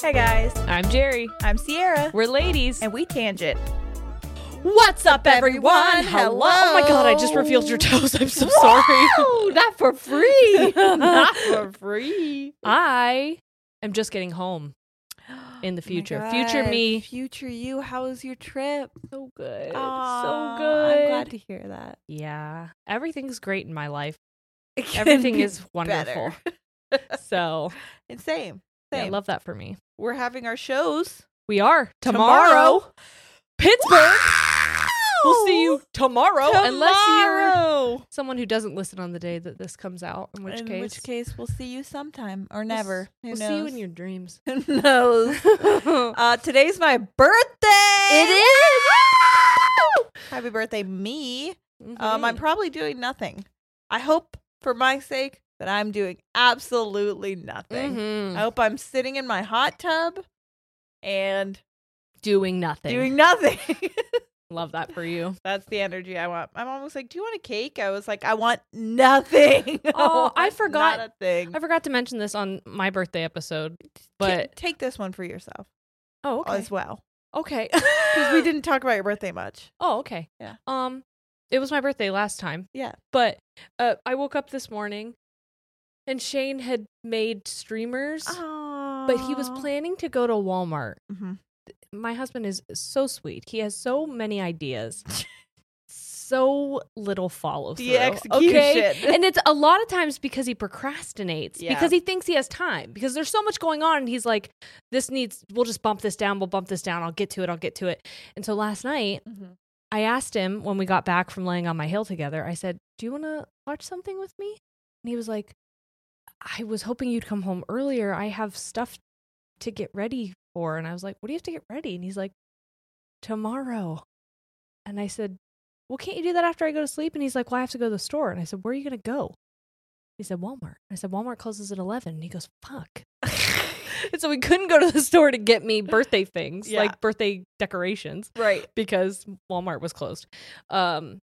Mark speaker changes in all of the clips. Speaker 1: Hey guys,
Speaker 2: I'm Jerry.
Speaker 1: I'm Sierra,
Speaker 2: We're ladies.
Speaker 1: and we tangent.
Speaker 2: What's up,
Speaker 1: everyone?
Speaker 2: Hello. Oh my God, I just revealed your toes. I'm so sorry.
Speaker 3: Oh, not for free.
Speaker 2: Not
Speaker 3: for free.
Speaker 2: I am just getting home in the
Speaker 1: Oh
Speaker 2: future. future me.
Speaker 3: Future you. How was your trip? So good.
Speaker 1: Aw,
Speaker 3: so good.
Speaker 1: I'm glad to hear that.
Speaker 2: Yeah. Everything's great in my life. Everything is wonderful. So
Speaker 1: And same,
Speaker 2: yeah,
Speaker 1: same.
Speaker 2: I love that for me.
Speaker 1: We're having our shows
Speaker 2: We are tomorrow.
Speaker 1: tomorrow.
Speaker 2: Pittsburgh. We'll see you tomorrow, unless you're
Speaker 1: Tomorrow.
Speaker 2: someone who doesn't listen on the day that this comes out, in which
Speaker 1: in
Speaker 2: case
Speaker 1: which case, we'll see you sometime or
Speaker 2: we'll s-
Speaker 1: never. Who
Speaker 2: We'll
Speaker 1: knows?
Speaker 2: see you in your dreams.
Speaker 1: Who knows? uh, today's my birthday.
Speaker 3: It
Speaker 1: is. Happy birthday, me. Um, I'm
Speaker 2: Mhm.
Speaker 1: probably doing nothing. I hope, for my sake, that I'm doing absolutely nothing.
Speaker 2: Mhm.
Speaker 1: I hope I'm sitting in my hot tub and
Speaker 2: doing nothing.
Speaker 1: doing nothing.
Speaker 2: Love that for you.
Speaker 1: That's the energy I want. My mom was like, "Do you want a cake?" I was like, "I want nothing." I
Speaker 2: Oh, I
Speaker 1: want
Speaker 2: forgot.
Speaker 1: Not a thing.
Speaker 2: I forgot to mention this on my birthday episode, but
Speaker 1: Ta- take this one for yourself
Speaker 2: oh
Speaker 1: as well,
Speaker 2: okay,
Speaker 1: because we didn't talk about your birthday much.
Speaker 2: Oh, okay.
Speaker 1: Yeah.
Speaker 2: Um, it was my birthday last time.
Speaker 1: Yeah.
Speaker 2: But uh, I woke up this morning, and Shane had made streamers,
Speaker 1: Oh,
Speaker 2: but he was planning to go to Walmart.
Speaker 1: hmm
Speaker 2: My husband is so sweet. He has so many ideas. So little follow through.
Speaker 1: The execution.
Speaker 2: And it's a lot of times because he procrastinates,
Speaker 1: Yeah.
Speaker 2: because he thinks he has time, because there's so much going on. And he's like, this needs, we'll just bump this down, we'll bump this down, I'll get to it, I'll get to it. And so last night,
Speaker 1: Mhm.
Speaker 2: I asked him when we got back from laying on my hill together, I said, Do you want to watch something with me? And he was like, I was hoping you'd come home earlier. I have stuff to get ready for. And I was like, What do you have to get ready? And he's like, Tomorrow. And I said, Well, can't you do that after I go to sleep? And he's like, Well, I have to go to the store. And I said, Where are you going to go? He said, Walmart. I said, Walmart closes at 11. And he goes, Fuck. and so we couldn't go to the store to get me birthday things,
Speaker 1: Yeah.
Speaker 2: like birthday decorations
Speaker 1: Right.
Speaker 2: because Walmart was closed. Um,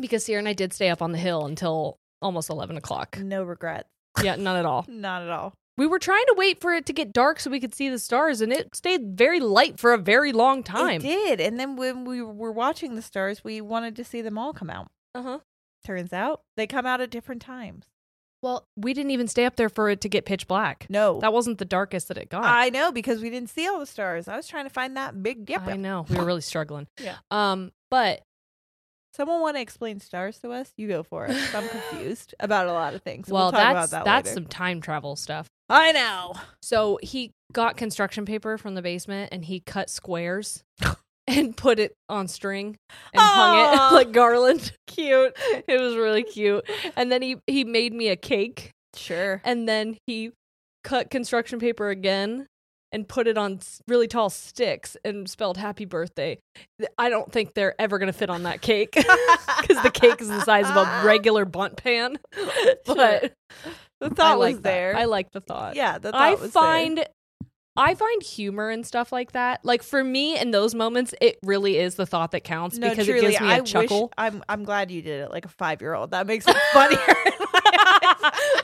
Speaker 2: because Sierra and I did stay up on the hill until almost 11 o'clock.
Speaker 1: No regrets.
Speaker 2: Yeah, none at all.
Speaker 1: Not at all.
Speaker 2: We were trying to wait for it to get dark so we could see the stars, and it stayed very light for a very long
Speaker 1: It
Speaker 2: time.
Speaker 1: did. And then when we were watching the stars, we wanted to see them all come out.
Speaker 2: Uh huh.
Speaker 1: Turns out they come out at different times.
Speaker 2: Well, we didn't even stay up there for it to get pitch black.
Speaker 1: No.
Speaker 2: That wasn't the darkest that it got.
Speaker 1: I know because we didn't see all the stars. I was trying to find that big dipper.
Speaker 2: I know. We were really struggling.
Speaker 1: Yeah.
Speaker 2: Um, but
Speaker 1: Someone want to explain stars to us? You go for it. 'cause I'm confused about a lot of things.
Speaker 2: well,
Speaker 1: we'll talk
Speaker 2: that's
Speaker 1: about that
Speaker 2: that's
Speaker 1: later.
Speaker 2: some time travel stuff.
Speaker 1: I know.
Speaker 2: So he got construction paper from the basement and he cut squares and put it on string and hung
Speaker 1: Aw.
Speaker 2: it like garland. Cute. It was really cute. And then he he made me a cake
Speaker 1: Sure.
Speaker 2: and then he cut construction paper again and put it on s- really tall sticks and spelled happy birthday. Th- I don't think they're ever going to fit on that cake cuz the cake is the size of a regular bunt pan. But
Speaker 1: The thought
Speaker 2: I
Speaker 1: was
Speaker 2: like that.
Speaker 1: there.
Speaker 2: I like the thought.
Speaker 1: yeah, the thought
Speaker 2: I
Speaker 1: was
Speaker 2: find I find humor and stuff like that. Like for me, in those moments, it really is the thought that counts
Speaker 1: there. No,
Speaker 2: because
Speaker 1: truly,
Speaker 2: it gives me a
Speaker 1: I Wish,
Speaker 2: chuckle.
Speaker 1: I'm I'm glad you did it like a five year old. That makes it funnier. in my eyes.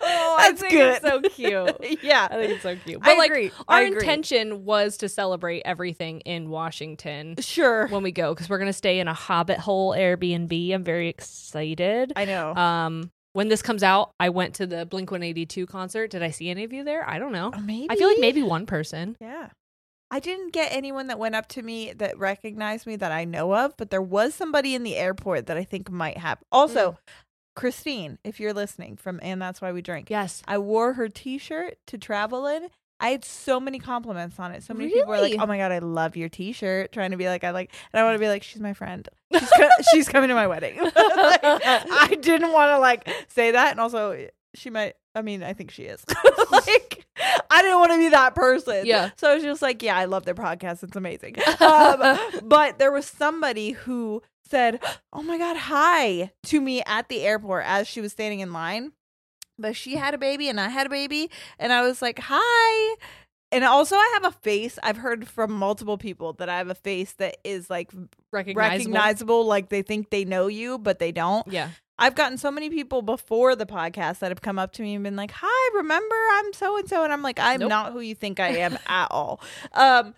Speaker 2: oh,
Speaker 1: That's good.
Speaker 2: so cute.
Speaker 1: yeah,
Speaker 2: I think it's so cute.
Speaker 1: I
Speaker 2: But like
Speaker 1: agree.
Speaker 2: our
Speaker 1: I agree.
Speaker 2: intention was to celebrate everything in Washington
Speaker 1: Sure.
Speaker 2: when we go because we're gonna stay in a Hobbit hole Airbnb. I'm very excited.
Speaker 1: I know.
Speaker 2: Um, when this comes out, I went to the Blink 182 concert. Did I see any of you there? I don't know.
Speaker 1: Oh, maybe.
Speaker 2: I feel like maybe one person.
Speaker 1: Yeah. I didn't get anyone that went up to me that recognized me that I know of, but there was somebody in the airport that I think might have.
Speaker 2: Mm.
Speaker 1: Also, Christine, if you're listening from And That's Why We Drink,
Speaker 2: Yes.
Speaker 1: I wore her t shirt to travel in. I had so many compliments on it. So many people were like,
Speaker 2: Really?
Speaker 1: oh my God, I love your t shirt. Trying to be like, I like, and I want to be like, she's my friend. She's, co- she's coming to my wedding. Like, I didn't want to like say that. And also, she might, I mean, I think she is. like, I didn't want to be that person.
Speaker 2: Yeah.
Speaker 1: So I was just like, yeah, I love their podcast. It's amazing. Um, but there was somebody who said, oh my God, hi to me at the airport as she was standing in line. But she had a baby and I had a baby. And I was like, hi. And also, I have a face. I've heard from multiple people that I have a face that is like
Speaker 2: Recognizable.
Speaker 1: recognizable. Like they think they know you, but they don't.
Speaker 2: Yeah.
Speaker 1: I've gotten so many people before the podcast that have come up to me and been like, "Hi, remember I'm so and so," and I'm like, "I'm
Speaker 2: Nope.
Speaker 1: not who you think I am at all." Um,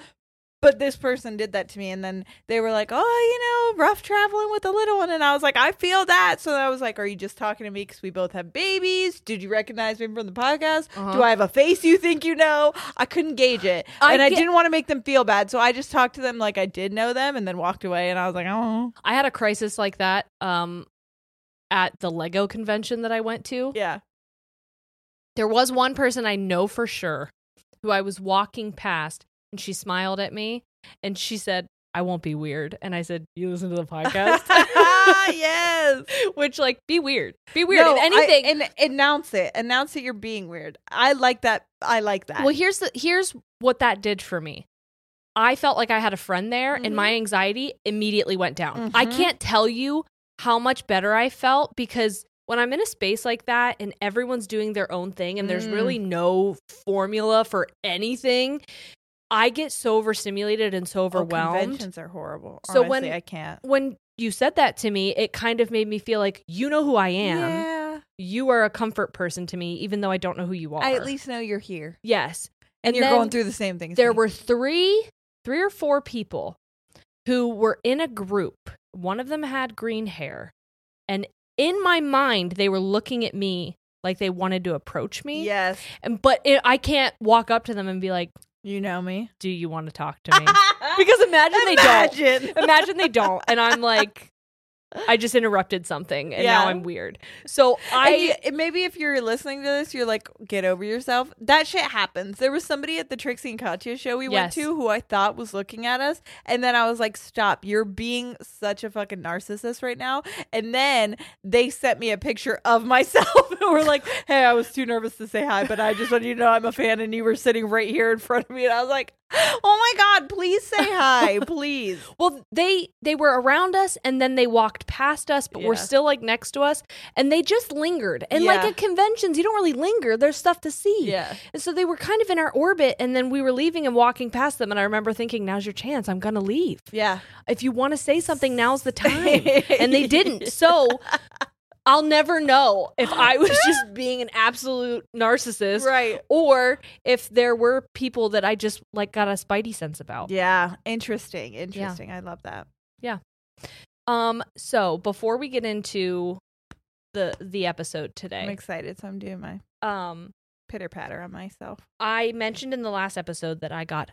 Speaker 1: but this person did that to me, and then they were like, "Oh, you know, rough traveling with a little one," and I was like, "I feel that." So I was like, "Are you just talking to me because we both have babies? Did you recognize me from the podcast?
Speaker 2: Uh-huh.
Speaker 1: Do I have a face you think you know?" I couldn't gauge it,
Speaker 2: I
Speaker 1: and I
Speaker 2: get-
Speaker 1: didn't want to make them feel bad, so I just talked to them like I did know them, and then walked away, and I was like, "Oh,
Speaker 2: I had a crisis like that um at the Lego convention that I went to.
Speaker 1: yeah,
Speaker 2: There was one person I know for sure who I was walking past and she smiled at me and she said, "I won't be weird." And I said, "You listen to the podcast?"
Speaker 1: yes."
Speaker 2: Which like be weird. Be weird
Speaker 1: No,
Speaker 2: if
Speaker 1: I-
Speaker 2: anything.
Speaker 1: and announce it. Announce that you're being weird. I like that. I like that.
Speaker 2: well, here's the here's what that did for me. I felt like I had a friend there and
Speaker 1: Mm-hmm.
Speaker 2: my anxiety immediately went down. I
Speaker 1: Mhm.
Speaker 2: can't tell you how much better I felt because when I'm in a space like that and everyone's doing their own thing and there's
Speaker 1: Mm.
Speaker 2: really no formula for anything, I get so overstimulated and so
Speaker 1: Oh,
Speaker 2: overwhelmed.
Speaker 1: conventions are horrible.
Speaker 2: So
Speaker 1: Honestly,
Speaker 2: when-
Speaker 1: I can't.
Speaker 2: when you said that to me, it kind of made me feel like you know who I am.
Speaker 1: Yeah.
Speaker 2: You are a comfort person to me even though I don't know who you are.
Speaker 1: I at least know you're here,
Speaker 2: yes.
Speaker 1: and, you're
Speaker 2: then-
Speaker 1: going through the same things.
Speaker 2: there
Speaker 1: me.
Speaker 2: were three three or four people who were in a group one of them had green hair and in my mind they were looking at me like they wanted to approach me
Speaker 1: Yes,
Speaker 2: and but it, i can't walk up to them and be like
Speaker 1: you know me.
Speaker 2: do you want to talk to me because imagine they don't
Speaker 1: Imagine.
Speaker 2: imagine they don't and i'm like i just interrupted something and now
Speaker 1: Yeah.
Speaker 2: i'm weird so i
Speaker 1: And you- and maybe if you're listening to this, you're like, get over yourself. That shit happens. There was somebody at the Trixie and Katya show we
Speaker 2: Yes.
Speaker 1: went to who I thought was looking at us, and then I was like, stop! You're being such a fucking narcissist right now. And then they sent me a picture of myself, and were like, hey, I was too nervous to say hi, but I just wanted you to know I'm a fan, and you were sitting right here in front of me, and I was like, oh my god, please say hi, please.
Speaker 2: Well, they they were around us and then they walked past us, but were
Speaker 1: Yeah.
Speaker 2: still like next to us, and they just lingered. And like
Speaker 1: Yeah.
Speaker 2: at conventions, you don't really linger. There's stuff to see.
Speaker 1: Yeah.
Speaker 2: And so they were kind of in our orbit, and then we were leaving and walking past them, and I remember thinking, "Now's your chance. I'm gonna leave.
Speaker 1: Yeah.
Speaker 2: If you want to say something, now's the time." and they didn't. So. I'll never know if I was just being an absolute narcissist
Speaker 1: Right.
Speaker 2: or if there were people that I just like got a spidey sense about.
Speaker 1: Yeah. Interesting. Interesting. I love that.
Speaker 2: Um, so before we get into the the episode
Speaker 1: I'm
Speaker 2: today,
Speaker 1: excited, so I'm doing my
Speaker 2: um,
Speaker 1: pitter patter on myself.
Speaker 2: I mentioned in the last episode that I got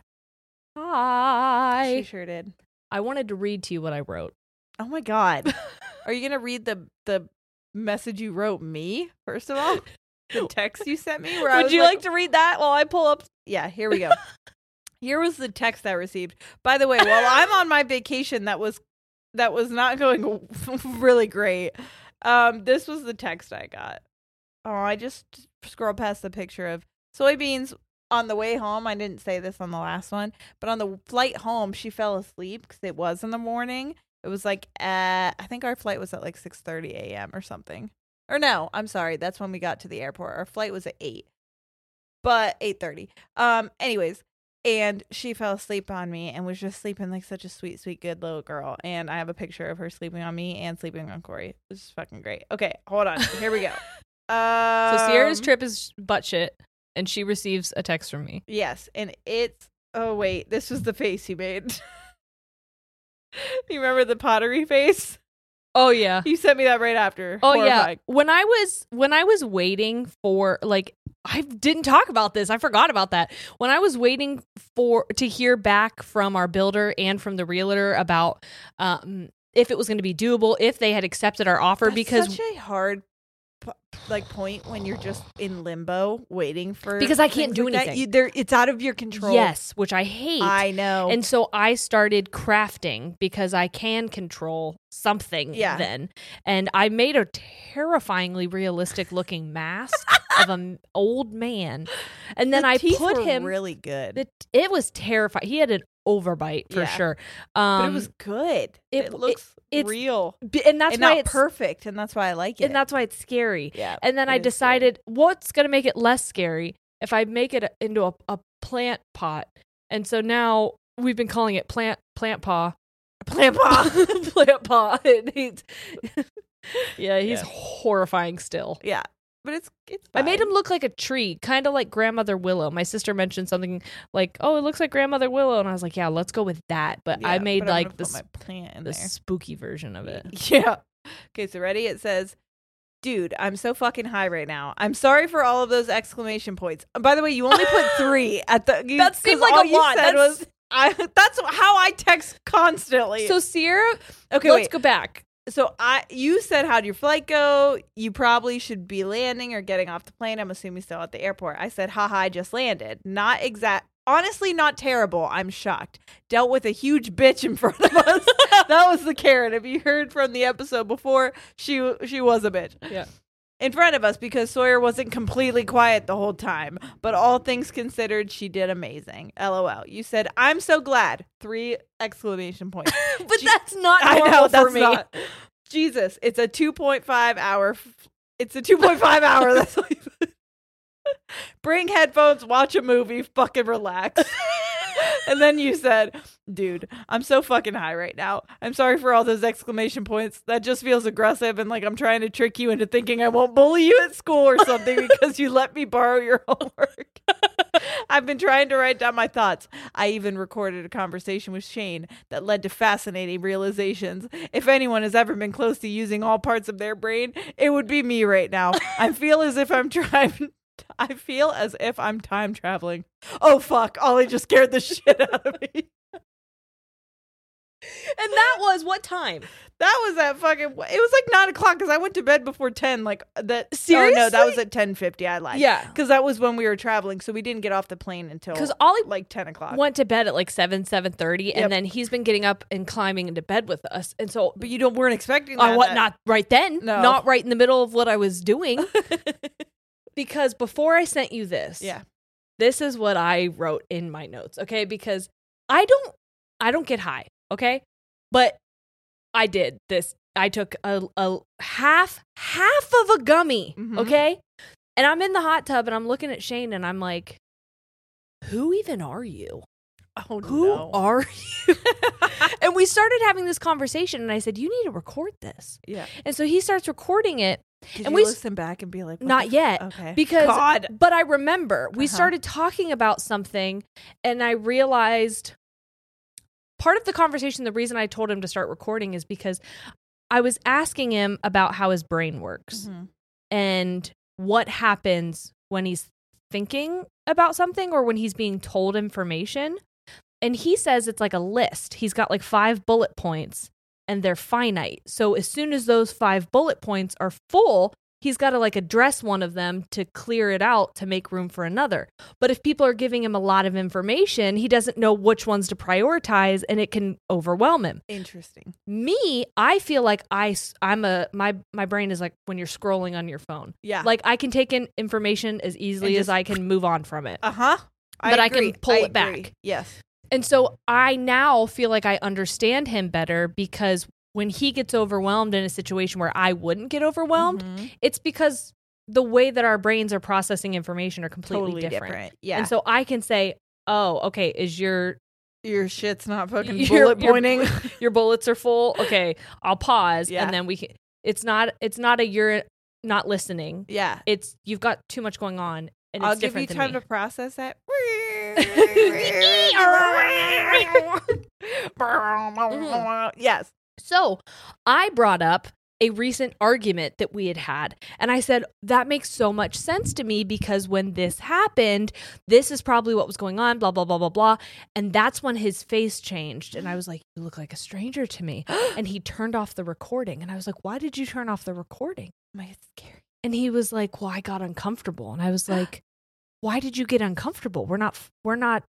Speaker 1: She
Speaker 2: high.
Speaker 1: sure did.
Speaker 2: I wanted to read to you what I wrote.
Speaker 1: Oh my god. Are you gonna read the the message you wrote me first of all? The text you sent me. Where I
Speaker 2: Would
Speaker 1: was
Speaker 2: you like to read that while I pull up?
Speaker 1: Yeah, here we go. here was the text I received. By the way, while I'm on my vacation, that was that was not going really great. Um, this was the text I got. Oh, I just scroll past the picture of soybeans on the way home. I didn't say this on the last one, but on the flight home, she fell asleep because it was in the morning. It was like at, I think our flight was at like 6:30 a.m. or something. Or no, I'm sorry, that's when we got to the airport. Our flight was at eight but 8.30 um anyways and she fell asleep on me and was just sleeping like such a sweet sweet good little girl and i have a picture of her sleeping on me and sleeping on corey which is fucking great okay hold on here we go um,
Speaker 2: so Sierra's trip is butt shit, and she receives a text from me.
Speaker 1: yes and it's oh wait this was the face he made you remember the pottery face
Speaker 2: Oh yeah.
Speaker 1: you sent me that right after
Speaker 2: Oh
Speaker 1: Horrifying.
Speaker 2: yeah. When I was when I was waiting for like I didn't talk about this. I forgot about that. When I was waiting for to hear back from our builder and from the realtor about um if it was going to be doable, if they had accepted our offer
Speaker 1: That's
Speaker 2: because
Speaker 1: such a hard p- like point when you're just in limbo waiting for
Speaker 2: Because I can't
Speaker 1: things
Speaker 2: do
Speaker 1: like that.
Speaker 2: anything.
Speaker 1: You- there- it's out of your control
Speaker 2: yes, which I hate.
Speaker 1: I know.
Speaker 2: And so I started crafting because I can control something
Speaker 1: Yeah.
Speaker 2: then. And I made a terrifyingly realistic looking mask of an old man. And then
Speaker 1: The
Speaker 2: I
Speaker 1: teeth
Speaker 2: put
Speaker 1: were
Speaker 2: him
Speaker 1: really good.
Speaker 2: the, it was terrifying. He had an overbite for
Speaker 1: Yeah.
Speaker 2: sure.
Speaker 1: but
Speaker 2: Um
Speaker 1: it was good.
Speaker 2: it-
Speaker 1: It,
Speaker 2: it-
Speaker 1: looks
Speaker 2: it's-
Speaker 1: real.
Speaker 2: b- and that's
Speaker 1: and
Speaker 2: why
Speaker 1: not
Speaker 2: it's
Speaker 1: perfect, and that's why I like it.
Speaker 2: and that's why it's scary.
Speaker 1: yeah.
Speaker 2: And then
Speaker 1: it
Speaker 2: I
Speaker 1: is scary.
Speaker 2: decided what's going to make it less scary if I make it a- into a, a plant pot. And so now we've been calling it plant plant paw. Plant paw. plant paw. It needs Yeah, he's
Speaker 1: Yeah.
Speaker 2: horrifying still.
Speaker 1: Yeah. But it's it's.
Speaker 2: I made
Speaker 1: fine.
Speaker 2: him look like a tree, kind of like Grandmother Willow. My sister mentioned something like, "Oh, it looks like Grandmother Willow," and I was like, "Yeah, let's go with that." But I
Speaker 1: Yeah,
Speaker 2: made
Speaker 1: but I'm
Speaker 2: like
Speaker 1: gonna put
Speaker 2: this
Speaker 1: my plant in
Speaker 2: the
Speaker 1: there.
Speaker 2: spooky version of it.
Speaker 1: Yeah. Okay, so ready? It says, Dude, I'm so fucking high right now. I'm sorry for all of those exclamation points. By the way, you only put three at the. You,
Speaker 2: That seemed
Speaker 1: 'cause
Speaker 2: like a
Speaker 1: all you
Speaker 2: lot.
Speaker 1: said
Speaker 2: That's-
Speaker 1: was, I, that's how I text constantly.
Speaker 2: So Sierra,
Speaker 1: okay,
Speaker 2: let's
Speaker 1: wait.
Speaker 2: go back.
Speaker 1: So I, you said, how'd your flight go? You probably should be landing or getting off the plane. I'm assuming still at the airport. I said, haha, I just landed. Not exact. Honestly, not terrible. I'm shocked. Dealt with a huge bitch in front of us. that was the Karen. If you heard from the episode before, she she was a bitch
Speaker 2: Yeah.
Speaker 1: in front of us because Sawyer wasn't completely quiet the whole time. But all things considered, she did amazing. LOL. You said, I'm so glad. Three exclamation points.
Speaker 2: But
Speaker 1: Gee-
Speaker 2: that's not
Speaker 1: I
Speaker 2: normal
Speaker 1: know that's
Speaker 2: for me.
Speaker 1: not. Jesus, it's a 2.5 hour. f- It's a 2.5 hour. That's what you- Bring headphones, watch a movie, fucking relax. and then you said, "Dude, I'm so fucking high right now. I'm sorry for all those exclamation points. That just feels aggressive and like I'm trying to trick you into thinking I won't bully you at school or something because you let me borrow your homework." I've been trying to write down my thoughts. I even recorded a conversation with Shane that led to fascinating realizations. If anyone has ever been close to using all parts of their brain, it would be me right now. I feel as if I'm trying. I feel as if I'm time traveling. Oh fuck! Ollie just scared the shit out of me.
Speaker 2: And that was what time?
Speaker 1: That was at fucking. It was like nine o'clock because I went to bed before ten. Like that. Oh no, that
Speaker 2: Seriously?
Speaker 1: was at ten fifty. I lied.
Speaker 2: Yeah.
Speaker 1: because that was when we were traveling, so we didn't get off the plane until
Speaker 2: Because Ollie
Speaker 1: like ten o'clock.
Speaker 2: went to bed at like seven, seven thirty,
Speaker 1: Yep.
Speaker 2: and then he's been getting up and climbing into bed with us. And so
Speaker 1: but you don't weren't expecting. That
Speaker 2: I Uh, what
Speaker 1: that-
Speaker 2: not right then,
Speaker 1: No.
Speaker 2: not right in the middle of what I was doing. because before I sent you this,
Speaker 1: Yeah.
Speaker 2: this is what I wrote in my notes, okay? Because I don't I don't get high, okay? But I did this. I took a, a half half of a gummy,
Speaker 1: Mhm.
Speaker 2: okay? And I'm in the hot tub and I'm looking at Shane and I'm like, "Who even are you?"
Speaker 1: Oh
Speaker 2: who
Speaker 1: no.
Speaker 2: are you? and we started having this conversation, and I said, You need to record this.
Speaker 1: Yeah.
Speaker 2: And so he starts recording it,
Speaker 1: Did
Speaker 2: And
Speaker 1: you
Speaker 2: we s-
Speaker 1: listen back and be like, what
Speaker 2: not
Speaker 1: the
Speaker 2: yet,
Speaker 1: f- Okay.
Speaker 2: because,
Speaker 1: God.
Speaker 2: but I remember we
Speaker 1: Uh-huh.
Speaker 2: started talking about something, and I realized part of the conversation, the reason I told him to start recording is because I was asking him about how his brain works
Speaker 1: Mhm.
Speaker 2: and what happens when he's thinking about something or when he's being told information. And he says it's like a list. He's got like five bullet points. and they're finite. So as soon as those five bullet points are full, he's got to like address one of them to clear it out to make room for another. But if people are giving him a lot of information, he doesn't know which ones to prioritize and it can overwhelm him.
Speaker 1: Interesting.
Speaker 2: Me, I feel like I s- I'm a my my brain is like when you're scrolling on your phone.
Speaker 1: Yeah.
Speaker 2: Like I can take in information as easily as
Speaker 1: just-
Speaker 2: I can move on from it.
Speaker 1: uh huh.
Speaker 2: But I can pull it back.
Speaker 1: Yes.
Speaker 2: And so I now feel like I understand him better because when he gets overwhelmed in a situation where I wouldn't get overwhelmed,
Speaker 1: Mhm.
Speaker 2: it's because the way that our brains are processing information are completely
Speaker 1: Totally
Speaker 2: different.
Speaker 1: different. Yeah.
Speaker 2: And so I can say, "Oh, okay, is your
Speaker 1: your shit's not fucking
Speaker 2: Your-
Speaker 1: bullet
Speaker 2: your-
Speaker 1: pointing.
Speaker 2: your bullets are full? Okay, I'll pause
Speaker 1: Yeah.
Speaker 2: and then we can It's not it's not a you're not listening.
Speaker 1: yeah.
Speaker 2: It's you've got too much going on and
Speaker 1: I'll
Speaker 2: it's
Speaker 1: give you
Speaker 2: different than
Speaker 1: time
Speaker 2: me.
Speaker 1: to process that. yes.
Speaker 2: So I brought up a recent argument that we had had. And I said, that makes so much sense to me because when this happened, this is probably what was going on, blah, blah, blah, blah, blah. And that's when his face changed. And I was like, you look like a stranger to me. And he turned off the recording. And I was like, why did you turn off the recording?
Speaker 1: My it's scary.
Speaker 2: And he was like, well, I got uncomfortable. And I was like, why did you get uncomfortable? We're not, we're not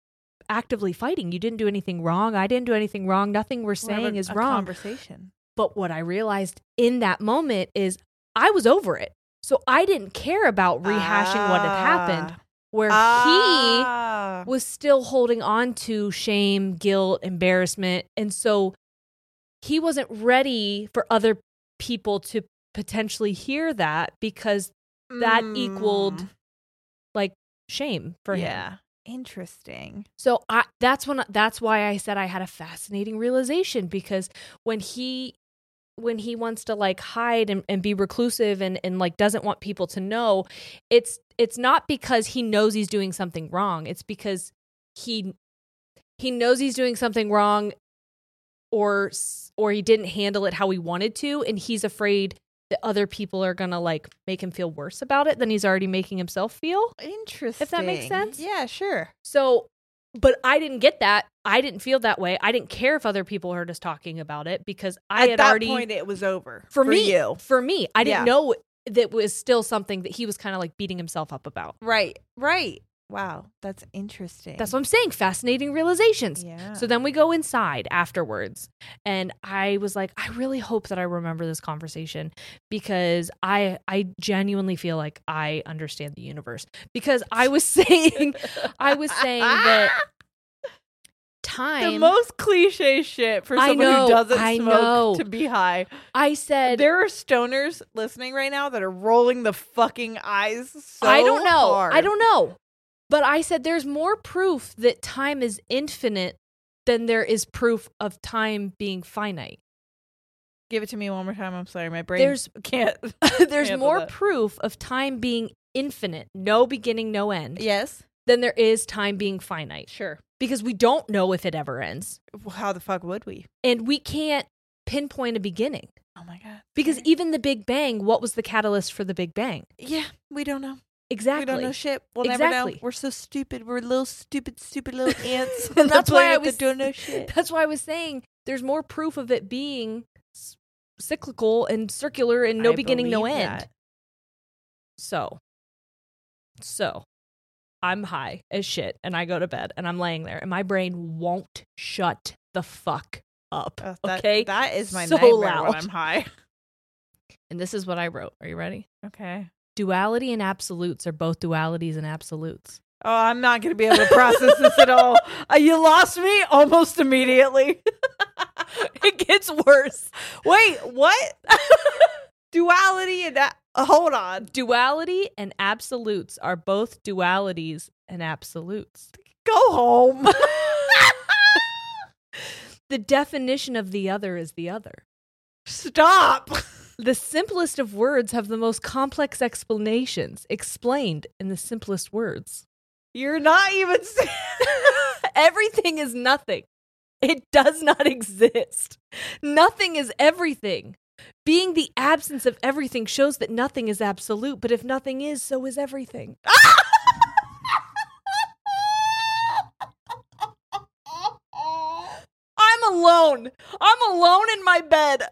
Speaker 2: actively fighting. You didn't do anything wrong. I didn't do anything wrong. Nothing we're
Speaker 1: We're having
Speaker 2: saying is
Speaker 1: a
Speaker 2: wrong.
Speaker 1: Conversation.
Speaker 2: But what I realized in that moment is I was over it. So I didn't care about rehashing what had happened, where
Speaker 1: Ah.
Speaker 2: he was still holding on to shame, guilt, embarrassment. And so he wasn't ready for other people to potentially hear that because that equaled shame for him.
Speaker 1: Mm. yeah. Interesting.
Speaker 2: So I that's when that's why I said I had a fascinating realization because when he when he wants to like hide and, and be reclusive and, and like doesn't want people to know, it's it's not because he knows he's doing something wrong. It's because he he knows he's doing something wrong or s- or he didn't handle it how he wanted to and he's afraid that other people are going to like make him feel worse about it than he's already making himself feel.
Speaker 1: Interesting.
Speaker 2: sense?
Speaker 1: Yeah, sure.
Speaker 2: So, but I didn't get that. I didn't feel that way. I didn't care if other people heard us talking about it because I
Speaker 1: At
Speaker 2: had
Speaker 1: that
Speaker 2: already
Speaker 1: point, it was over
Speaker 2: for, me
Speaker 1: You.
Speaker 2: for me. I didn't
Speaker 1: Yeah.
Speaker 2: know that was still something that he was kind of like beating himself up about.
Speaker 1: Right. Right. Wow. That's interesting.
Speaker 2: That's what I'm saying. Fascinating realizations.
Speaker 1: Yeah.
Speaker 2: So then we go inside afterwards. And I was like, I really hope that I remember this conversation because I I genuinely feel like I understand the universe. Because I was saying I was saying that time
Speaker 1: the most cliche shit for
Speaker 2: I
Speaker 1: someone
Speaker 2: know,
Speaker 1: who doesn't
Speaker 2: I
Speaker 1: smoke
Speaker 2: know.
Speaker 1: to be high.
Speaker 2: I said
Speaker 1: There are stoners listening right now that are rolling the fucking eyes. So
Speaker 2: I don't know.
Speaker 1: hard.
Speaker 2: I don't know. But I said there's more proof that time is infinite than there is proof of time being finite.
Speaker 1: Give it to me one more time. I'm sorry, my brain
Speaker 2: There's
Speaker 1: can't.
Speaker 2: there's
Speaker 1: Handle
Speaker 2: more
Speaker 1: that.
Speaker 2: proof of time being infinite, no beginning, no end,
Speaker 1: Yes,
Speaker 2: than there is time being finite
Speaker 1: sure.
Speaker 2: because we don't know if it ever ends
Speaker 1: How the fuck would we?
Speaker 2: and we can't pinpoint a beginning
Speaker 1: Oh my god.
Speaker 2: because even the Big Bang, what was the catalyst for the Big Bang?
Speaker 1: yeah, we don't know.
Speaker 2: Exactly.
Speaker 1: We don't know shit. We'll never know.
Speaker 2: Exactly.
Speaker 1: We're so stupid. We're little stupid, stupid little ants. on
Speaker 2: and
Speaker 1: the
Speaker 2: that's why I
Speaker 1: planet that
Speaker 2: was
Speaker 1: don't know shit.
Speaker 2: That's why I was saying there's more proof of it being s- cyclical and circular and no
Speaker 1: I
Speaker 2: beginning, no
Speaker 1: believe
Speaker 2: end.
Speaker 1: that.
Speaker 2: So, so I'm high as shit, and I go to bed, and I'm laying there, and my brain won't shut the fuck up.
Speaker 1: Oh, that-
Speaker 2: okay,
Speaker 1: that is my
Speaker 2: So
Speaker 1: nightmare
Speaker 2: loud.
Speaker 1: when I'm high.
Speaker 2: and this is what I wrote. Are you ready?
Speaker 1: Okay.
Speaker 2: Duality and absolutes are both dualities and absolutes.
Speaker 1: Oh, I'm not going to be able to process this at all. Uh, you lost me almost immediately.
Speaker 2: it gets worse.
Speaker 1: Wait, what? Duality and that. Hold on.
Speaker 2: Duality and absolutes are both dualities and absolutes.
Speaker 1: Go home.
Speaker 2: The definition of the other is the other.
Speaker 1: Stop.
Speaker 2: The simplest of words have the most complex explanations, explained in the simplest words.
Speaker 1: You're not even. s-
Speaker 2: everything is nothing. It does not exist. Nothing is everything. Being the absence of everything shows that nothing is absolute, but if nothing is, so is everything. I'm alone. I'm alone in my bed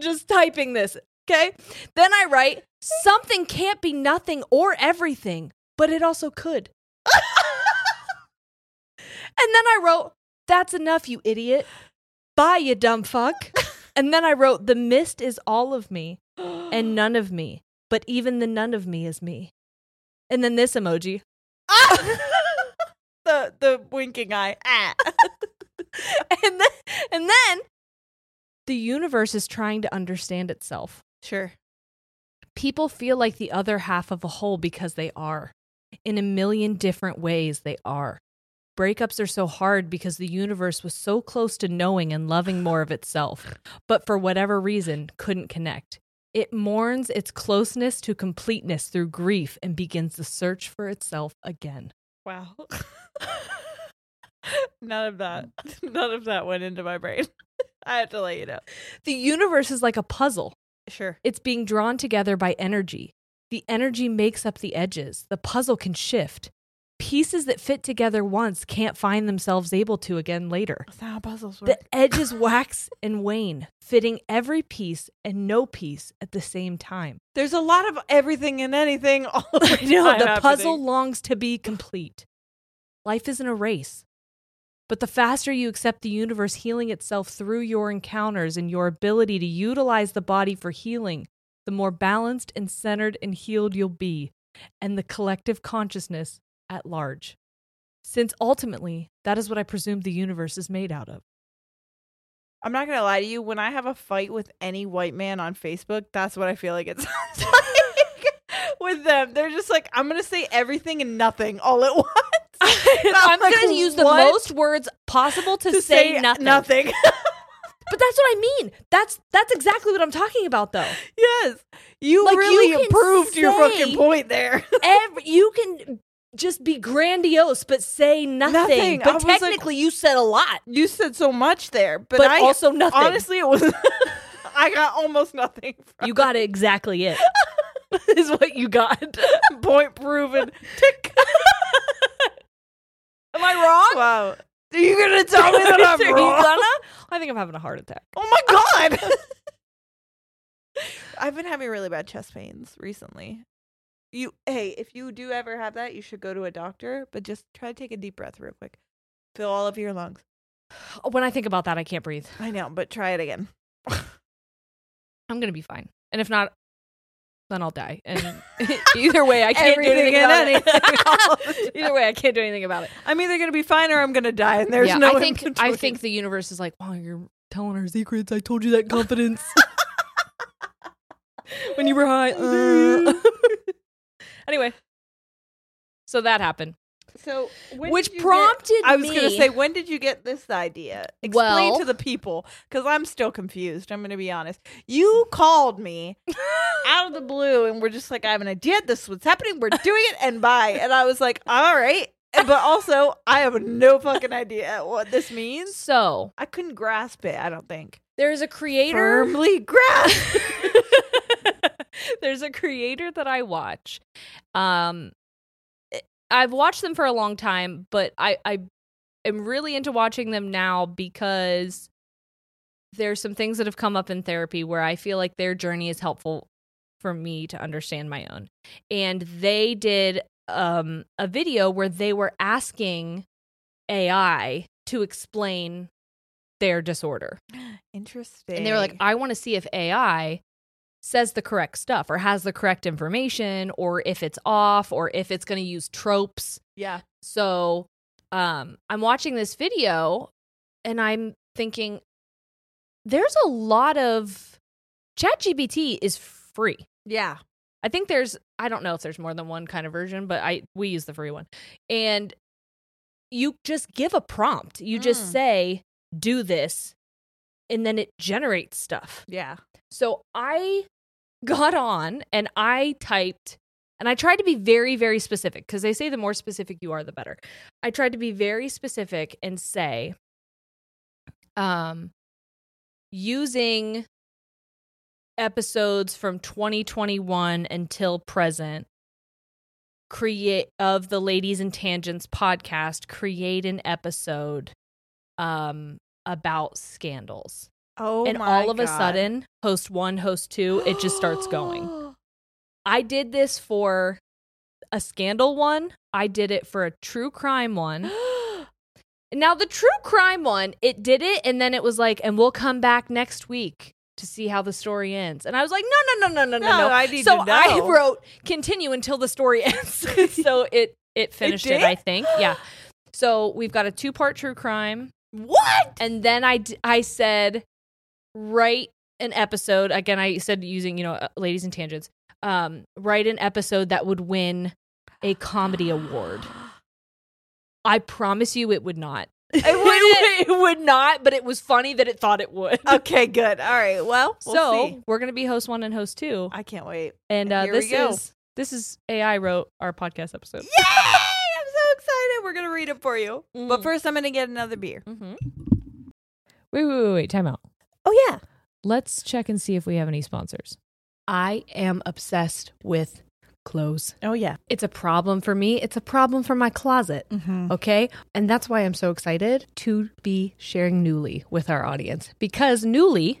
Speaker 2: just typing this. Okay. Then I write something can't be nothing or everything, but it also could. and then I wrote, that's enough, you idiot. Bye, you dumb fuck. and then I wrote, the mist is all of me and none of me, but even the none of me is me. And then this emoji.
Speaker 1: Ah! the the winking eye. Ah.
Speaker 2: and then, and then the universe is trying to understand itself.
Speaker 1: Sure.
Speaker 2: People feel like the other half of a whole because they are. In a million different ways, they are. Breakups are so hard because the universe was so close to knowing and loving more of itself, but for whatever reason, couldn't connect. It mourns its closeness to completeness through grief and begins the search for itself again.
Speaker 1: Wow. None of that. None of that went into my brain. I had to let you know.
Speaker 2: The universe is like a puzzle.
Speaker 1: Sure.
Speaker 2: It's being drawn together by energy. The energy makes up the edges. The puzzle can shift. Pieces that fit together once can't find themselves able to again later.
Speaker 1: That's not how puzzles work.
Speaker 2: The edges wax and wane, fitting every piece and no piece at the same time.
Speaker 1: There's a lot of everything and anything all the
Speaker 2: I know
Speaker 1: time
Speaker 2: the
Speaker 1: happening.
Speaker 2: puzzle longs to be complete. Life isn't a race. But the faster you accept the universe healing itself through your encounters and your ability to utilize the body for healing, the more balanced and centered and healed you'll be, and the collective consciousness at large. Since ultimately, that is what I presume the universe is made out of.
Speaker 1: I'm not gonna lie to you. When I have a fight with any white man on Facebook, that's what I feel like it sounds like with them. They're just like, I'm gonna say everything and nothing all at once. And
Speaker 2: I'm
Speaker 1: like,
Speaker 2: going to use the
Speaker 1: "What?"
Speaker 2: most words possible to, say, nothing.
Speaker 1: Nothing.
Speaker 2: But that's what I mean. That's that's exactly what I'm talking about, though.
Speaker 1: yes, you
Speaker 2: Like, you
Speaker 1: really
Speaker 2: can
Speaker 1: improved your
Speaker 2: say
Speaker 1: fucking point there.
Speaker 2: Every, you can just be grandiose, but say nothing.
Speaker 1: Nothing. I
Speaker 2: But
Speaker 1: was like-
Speaker 2: technically, you said a lot,
Speaker 1: you said so much there, but,
Speaker 2: but
Speaker 1: I
Speaker 2: also nothing.
Speaker 1: honestly it was. I got almost nothing. From
Speaker 2: you got exactly it. is what you got.
Speaker 1: point proven. Tick.
Speaker 2: Am I wrong?
Speaker 1: wow. Are you gonna tell me that
Speaker 2: Are
Speaker 1: I'm
Speaker 2: you
Speaker 1: wrong?
Speaker 2: gonna? I think I'm having a heart attack.
Speaker 1: Oh my god. I've been having really bad chest pains recently. You hey, if you do ever have that, you should go to a doctor, but just try to take a deep breath real quick. Fill all of your lungs.
Speaker 2: When I think about that, I can't breathe.
Speaker 1: I know, but try it again.
Speaker 2: I'm gonna be fine. And if not, then I'll die. And either way, I can't do anything
Speaker 1: Everything
Speaker 2: about
Speaker 1: and
Speaker 2: it.
Speaker 1: anything.
Speaker 2: either way, I can't do anything about it.
Speaker 1: I'm either gonna be fine or I'm gonna die and there's
Speaker 2: yeah,
Speaker 1: no
Speaker 2: I think
Speaker 1: in
Speaker 2: I
Speaker 1: between.
Speaker 2: think the universe is like, wow, you're telling her secrets. I told you that in confidence when you were high. uh." anyway, so that happened,
Speaker 1: so when
Speaker 2: which
Speaker 1: did you get-
Speaker 2: prompted
Speaker 1: I was
Speaker 2: me.
Speaker 1: gonna say, when did you get this idea? Explain
Speaker 2: Well-
Speaker 1: to the people, because I'm still confused. I'm gonna be honest. You called me out of the blue, and we're just like, I have an idea. This is what's happening. We're doing it, and bye. And I was like, all right, but also I have no fucking idea what this means.
Speaker 2: so
Speaker 1: I couldn't grasp it. I don't think
Speaker 2: there's a creator.
Speaker 1: firmly grasp.
Speaker 2: There's a creator that I watch. Um I've watched them for a long time, but I I am really into watching them now because there's some things that have come up in therapy where I feel like their journey is helpful for me to understand my own. And they did um a video where they were asking AI to explain their disorder.
Speaker 1: Interesting.
Speaker 2: And they were like, I want to see if AI says the correct stuff or has the correct information or if it's off or if it's going to use tropes.
Speaker 1: yeah,
Speaker 2: So um, I'm watching this video and I'm thinking, there's a lot of. ChatGPT is free.
Speaker 1: yeah.
Speaker 2: I think there's I don't know if there's more than one kind of version, but I we use the free one. And you just give a prompt. You just
Speaker 1: Mm.
Speaker 2: say do this and then it generates stuff.
Speaker 1: Yeah.
Speaker 2: So I got on and I typed and I tried to be very very specific because they say the more specific you are the better. I tried to be very specific and say um using episodes from 2021 until present create of the ladies and tangents podcast create an episode um about scandals.
Speaker 4: Oh,
Speaker 2: and
Speaker 4: my
Speaker 2: all of a
Speaker 4: God.
Speaker 2: sudden, host one, host two, it just starts going. I did this for a scandal one. I did it for a true crime one. Mm. Now, the true crime one, it did it, and then it was like, and we'll come back next week to see how the story ends. And I was like, no, no, no, no, no, no.
Speaker 4: No, I need
Speaker 2: so
Speaker 4: to
Speaker 2: I
Speaker 4: know.
Speaker 2: wrote continue until the story ends. so it it finished it,
Speaker 4: did?
Speaker 2: I think. Yeah. So we've got a two part true crime,
Speaker 4: what?
Speaker 2: and then I d- I said write an episode again. I said using you know uh, ladies and tangents. Um, write an episode that would win a comedy award. I promise you, it would not. It would, it would not, but it was funny that it thought it would.
Speaker 4: Okay, good. All right. Well, we'll
Speaker 2: so
Speaker 4: see.
Speaker 2: we're gonna be host one and host two,
Speaker 4: I can't wait.
Speaker 2: and uh,
Speaker 4: here we
Speaker 2: this
Speaker 4: go.
Speaker 2: is this is AI wrote our podcast episode.
Speaker 4: Yay! I'm so excited. We're gonna read it for you. But
Speaker 2: Mm.
Speaker 4: first, I'm gonna get another beer.
Speaker 2: Mm-hmm. Wait, wait, wait, wait, time out.
Speaker 4: Oh yeah.
Speaker 2: Let's check and see if we have any sponsors. I am obsessed with clothes.
Speaker 4: Oh yeah.
Speaker 2: It's a problem for me. It's a problem for my closet. Okay. And that's why I'm so excited to be sharing Newly with our audience because Newly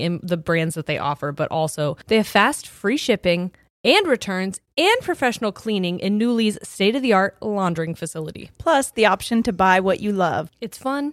Speaker 2: in the brands that they offer, but also they have fast, free shipping and returns and professional cleaning in Newly's state of the art laundering facility.
Speaker 1: Plus, the option to buy what you love.
Speaker 2: It's fun,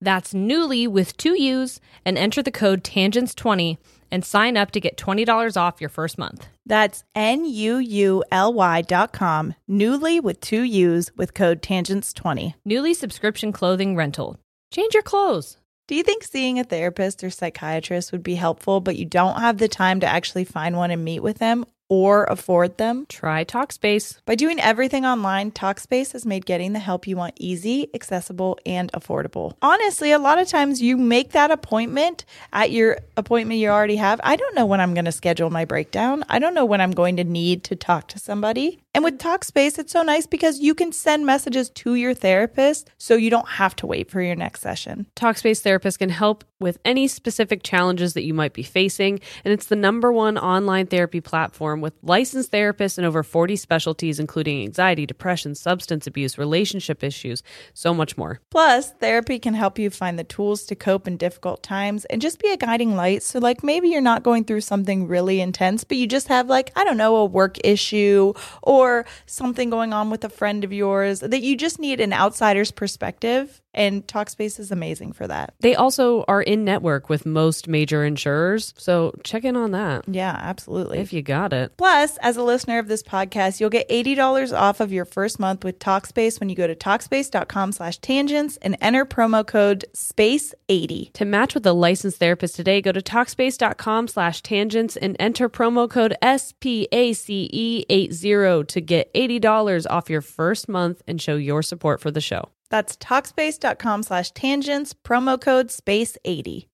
Speaker 2: That's Newly with two U's and enter the code TANGENTS20 and sign up to get $20 off your first month.
Speaker 1: That's N U U L Y dot com, Newly with two U's with code TANGENTS20.
Speaker 2: Newly subscription clothing rental. Change your clothes.
Speaker 1: Do you think seeing a therapist or psychiatrist would be helpful, but you don't have the time to actually find one and meet with them or afford them?
Speaker 2: Try Talkspace.
Speaker 1: By doing everything online, Talkspace has made getting the help you want easy, accessible, and affordable. Honestly, a lot of times you make that appointment at your appointment you already have. I don't know when I'm going to schedule my breakdown. I don't know when I'm going to need to talk to somebody. And with Talkspace, it's so nice because you can send messages to your therapist so you don't have to wait for your next session.
Speaker 5: Talkspace therapist can help with any specific challenges that you might be facing, and it's the number one online therapy platform with licensed therapists in over 40 specialties, including anxiety, depression, substance abuse, relationship issues, so much more.
Speaker 1: Plus, therapy can help you find the tools to cope in difficult times and just be a guiding light. So, like, maybe you're not going through something really intense, but you just have, like, I don't know, a work issue or something going on with a friend of yours that you just need an outsider's perspective. And Talkspace is amazing for that.
Speaker 5: They also are in network with most major insurers, so check in on that
Speaker 1: Yeah, absolutely.
Speaker 5: if you got it.
Speaker 1: Plus, as a listener of this podcast, you'll get $80 off of your first month with Talkspace when you go to Talkspace.com slash tangents and enter promo code SPACE80.
Speaker 5: To match with a licensed therapist today, go to Talkspace.com slash tangents and enter promo code SPACE80 E to get $80 off your first month and show your support for the show.
Speaker 1: That's Talkspace.com slash tangents, promo code SPACE80.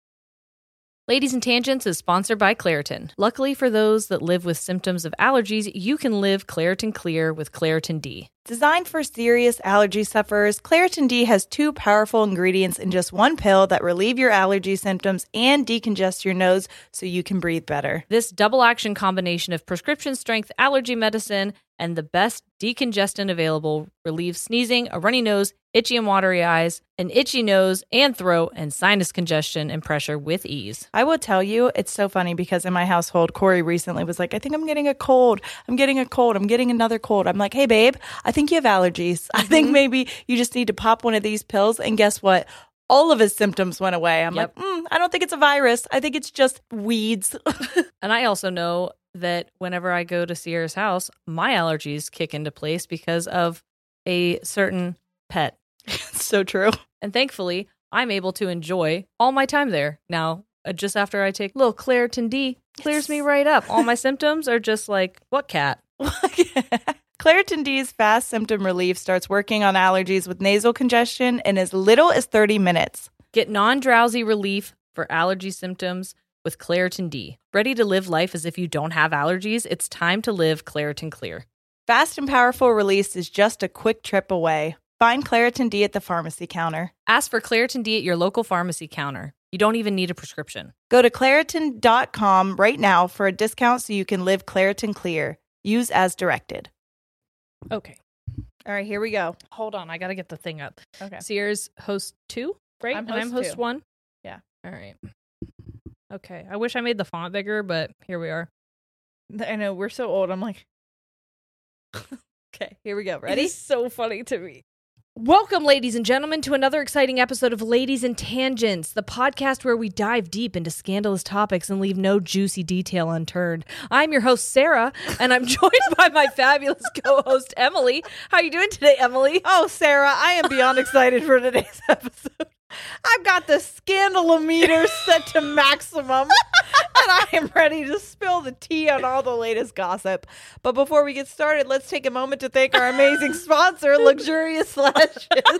Speaker 2: Ladies and Tangents is sponsored by Claritin. Luckily for those that live with symptoms of allergies, you can live Claritin Clear with Claritin D.
Speaker 1: Designed for serious allergy sufferers, Claritin D has two powerful ingredients in just one pill that relieve your allergy symptoms and decongest your nose so you can breathe better.
Speaker 2: This double action combination of prescription strength allergy medicine and the best decongestant available relieves sneezing, a runny nose, itchy and watery eyes, an itchy nose and throat, and sinus congestion and pressure with ease.
Speaker 1: I will tell you, it's so funny because in my household, Corey recently was like, I think I'm getting a cold. I'm getting a cold. I'm getting another cold. I'm like, hey, babe, I think you have allergies. I think maybe you just need to pop one of these pills. And guess what?
Speaker 6: all of his symptoms went away. I'm
Speaker 2: Yep.
Speaker 6: like, mm, I don't think it's a virus. I think it's just weeds.
Speaker 2: And I also know that whenever I go to Sierra's house, my allergies kick into place because of a certain pet.
Speaker 6: so true.
Speaker 2: And thankfully, I'm able to enjoy all my time there. Now, uh, just after I take little Claritin D, clears me
Speaker 6: Yes.
Speaker 2: right up. All my symptoms are just like, what cat?
Speaker 6: Claritin D's fast symptom relief starts working on allergies with nasal congestion in as little as 30 minutes.
Speaker 2: Get non drowsy relief for allergy symptoms with Claritin D. Ready to live life as if you don't have allergies? It's time to live Claritin Clear.
Speaker 6: Fast and powerful release is just a quick trip away. Find Claritin D at the pharmacy counter.
Speaker 2: Ask for Claritin D at your local pharmacy counter. You don't even need a prescription.
Speaker 6: Go to Claritin.com right now for a discount so you can live Claritin clear. Use as directed.
Speaker 2: Okay.
Speaker 1: All right, here we go.
Speaker 2: Hold on. I got to get the thing up.
Speaker 1: Okay.
Speaker 2: Sears host two, right?
Speaker 1: I'm
Speaker 2: and I'm
Speaker 1: host
Speaker 2: host
Speaker 1: two.
Speaker 2: one.
Speaker 1: Yeah.
Speaker 2: All right. Okay. I wish I made the font bigger, but here we are.
Speaker 1: I know we're so old. I'm like, okay, here we go. Ready?
Speaker 2: so funny to me. Welcome, ladies and gentlemen, to another exciting episode of Ladies and Tangents, the podcast where we dive deep into scandalous topics and leave no juicy detail unturned. I'm your host, Sarah, and I'm joined by my fabulous co-host, Emily. How are you doing today, Emily?
Speaker 1: Oh, Sarah, I am beyond excited for today's episode. I've got the scandalometer set to maximum, and I am ready to spill the tea on all the latest gossip. But before we get started, let's take a moment to thank our amazing sponsor, Luxurious Slashes.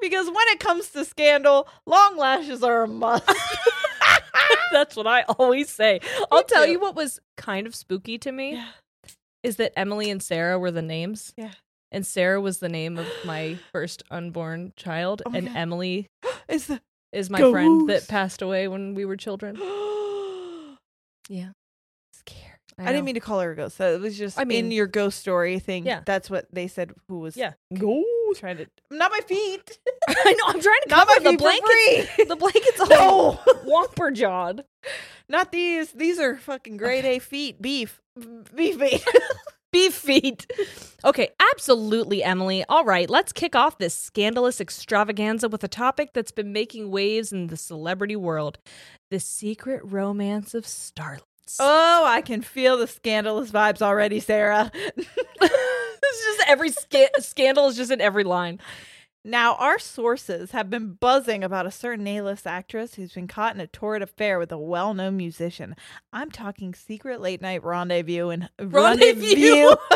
Speaker 1: because when it comes to scandal, long lashes are a must.
Speaker 2: That's what I always say. I'll tell
Speaker 1: too.
Speaker 2: you what was kind of spooky to me is that Emily and Sarah were the names.
Speaker 1: Yeah.
Speaker 2: And Sarah was the name of my first unborn child,
Speaker 1: Oh my
Speaker 2: and
Speaker 1: God.
Speaker 2: Emily
Speaker 1: It's the
Speaker 2: is my friend
Speaker 1: Goose.
Speaker 2: that passed away when we were children. Yeah. Scared.
Speaker 1: I, didn't mean to call her a ghost. That was just
Speaker 2: I
Speaker 1: I
Speaker 2: mean-
Speaker 1: mean, in your ghost story thing.
Speaker 2: Yeah.
Speaker 1: That's what they said who was
Speaker 2: Yeah.
Speaker 1: ghost. trying to not my feet.
Speaker 2: I know. I'm trying to
Speaker 1: Not
Speaker 2: cover
Speaker 1: my
Speaker 2: the
Speaker 1: feet
Speaker 2: blankets.
Speaker 1: for free.
Speaker 2: The blankets all
Speaker 1: no.
Speaker 2: whomper jawed.
Speaker 1: Not these. These are fucking grade A feet. Beef. Beef feet.
Speaker 2: Beef feet. Okay, absolutely, Emily. All right, let's kick off this scandalous extravaganza with a topic that's been making waves in the celebrity world the secret romance of starlets.
Speaker 1: oh, I can feel the scandalous vibes already, Sarah.
Speaker 2: it's just every sca- scandal is just in every line.
Speaker 1: Now, our sources have been buzzing about a certain A list actress who's been caught in a torrid affair with a well known musician. I'm talking secret late night rendezvous and
Speaker 2: Rendezvous.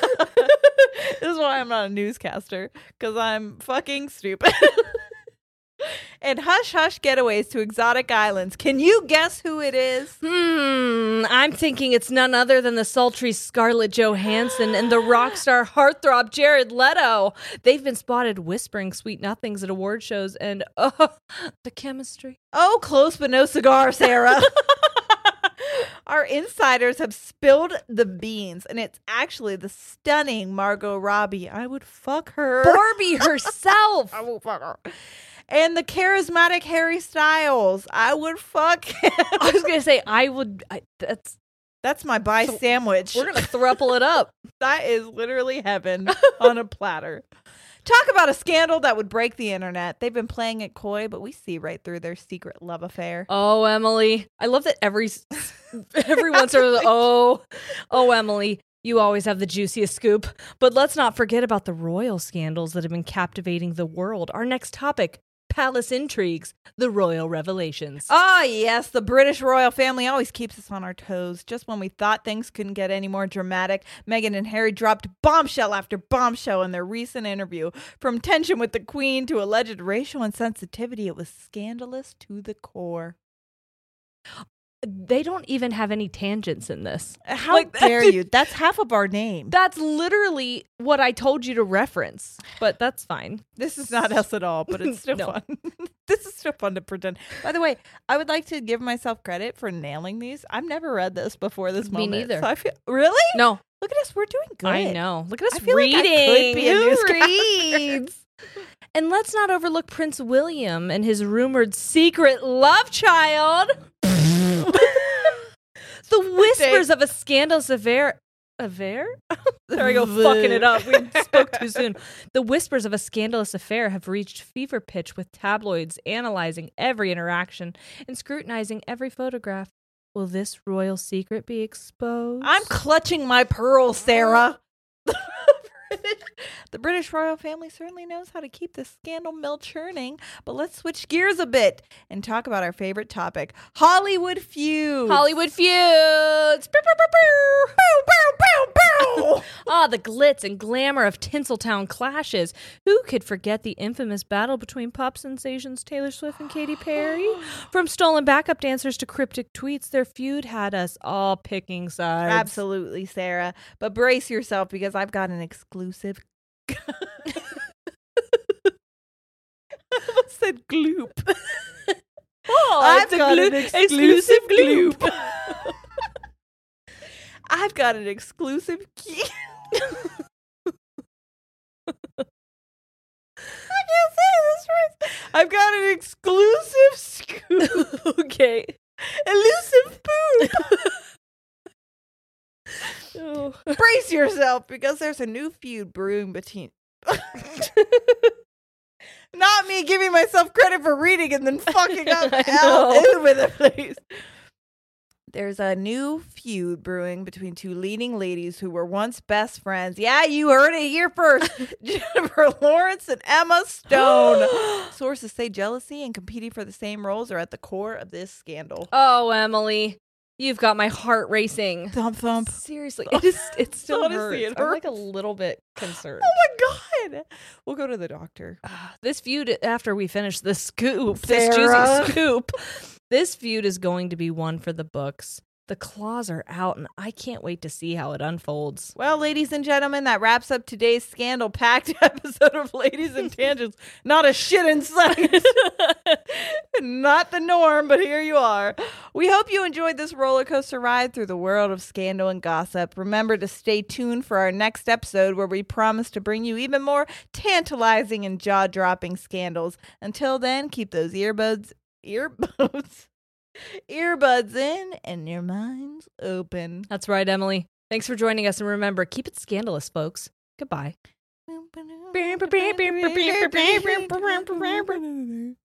Speaker 1: this is why I'm not a newscaster, because I'm fucking stupid. and hush hush getaways to exotic islands. Can you guess who it is?
Speaker 2: Hmm, I'm thinking it's none other than the sultry Scarlett Johansson and the rock star heartthrob Jared Leto. They've been spotted whispering sweet nothings at award shows, and oh, the chemistry.
Speaker 1: Oh, close but no cigar, Sarah. Our insiders have spilled the beans, and it's actually the stunning Margot Robbie. I would fuck her.
Speaker 2: Barbie herself.
Speaker 1: I will fuck her. And the charismatic Harry Styles. I would fuck him.
Speaker 2: I was gonna say I would. I, that's
Speaker 1: That's my bye
Speaker 2: So,
Speaker 1: sandwich.
Speaker 2: we're gonna thruple it up.
Speaker 1: That is literally heaven on a platter. Talk about a scandal that would break the internet. They've been playing it coy, but we see right through their secret love affair.
Speaker 2: Oh, Emily, I love that every s- every once in a while. Oh, oh, Emily. You always have the juiciest scoop. But let's not forget about the royal scandals that have been captivating the world. Our next topic palace intrigues, the royal revelations.
Speaker 1: Ah, yes, the British royal family always keeps us on our toes. Just when we thought things couldn't get any more dramatic, Meghan and Harry dropped bombshell after bombshell in their recent interview. From tension with the Queen to alleged racial insensitivity, it was scandalous to the core.
Speaker 2: they don't even have any tangents in this.
Speaker 1: How
Speaker 2: Like,
Speaker 1: dare you? That's half of our name.
Speaker 2: That's literally what I told you to reference, but that's fine.
Speaker 1: This is not us at all, but it's still
Speaker 2: No.
Speaker 1: fun. this is still fun to pretend. By the way, I would like to give myself credit for nailing these. I've never read this before this
Speaker 2: Me
Speaker 1: moment.
Speaker 2: neither.
Speaker 1: so I feel, really?
Speaker 2: No,
Speaker 1: Look at us. We're doing good.
Speaker 2: I know. Look at us
Speaker 1: I feel like
Speaker 2: reading.
Speaker 1: I could be a
Speaker 2: Who
Speaker 1: newscaster.
Speaker 2: reads? And let's not overlook Prince William and his rumored secret love child. the whispers of a scandalous affair affair? there we go, fucking it up. We spoke too soon. The whispers of a scandalous affair have reached fever pitch with tabloids analyzing every interaction and scrutinizing every photograph. Will this royal secret be exposed?
Speaker 1: I'm clutching my pearl, Sarah. the British royal family certainly knows how to keep the scandal mill churning, but let's switch gears a bit and talk about our favorite topic Hollywood feuds.
Speaker 2: Hollywood feuds. Pew, pew, pew, pew. Ah, the glitz and glamour of Tinseltown clashes. Who could forget the infamous battle between pop sensations Taylor Swift and Katy Perry? From stolen backup dancers to cryptic tweets, their feud had us all picking sides.
Speaker 1: Absolutely, Sarah. But brace yourself because I've got an exclusive. I almost said gloop.
Speaker 2: Oh,
Speaker 1: I've
Speaker 2: it's a
Speaker 1: got
Speaker 2: glo-
Speaker 1: an exclusive gloop. I've got an exclusive key. I can't say this right. I've got an exclusive scoop.
Speaker 2: okay.
Speaker 1: Elusive poop.
Speaker 2: Oh.
Speaker 1: Brace yourself because there's a new feud brewing between. Not me giving myself credit for reading and then fucking up
Speaker 2: I
Speaker 1: out
Speaker 2: know.
Speaker 1: over the place. There's a new feud brewing between two leading ladies who were once best friends. Yeah, you heard it here first. Jennifer Lawrence and Emma Stone. Sources say jealousy and competing for the same roles are at the core of this scandal.
Speaker 2: Oh, Emily, you've got my heart racing.
Speaker 1: Thump thump.
Speaker 2: Seriously, it is. It still
Speaker 1: Honestly,
Speaker 2: hurts.
Speaker 1: it
Speaker 2: I'm like a
Speaker 1: hurts.
Speaker 2: little bit concerned.
Speaker 1: Oh my god. We'll go to the doctor.
Speaker 2: Ah, this feud after we finish this scoop, this
Speaker 1: Sarah.
Speaker 2: juicy scoop, this feud is going to be one for the books. The claws are out, and I can't wait to see how it unfolds.
Speaker 1: Well, ladies and gentlemen, that wraps up today's scandal packed episode of Ladies and Tangents. Not a shit in sight. Not the norm, but here you are. We hope you enjoyed this roller coaster ride through the world of scandal and gossip. Remember to stay tuned for our next episode where we promise to bring you even more tantalizing and jaw dropping scandals. Until then, keep those earbuds, earbuds, earbuds in and your minds open.
Speaker 2: That's right, Emily. Thanks for joining us, and remember, keep it scandalous, folks. Goodbye. Do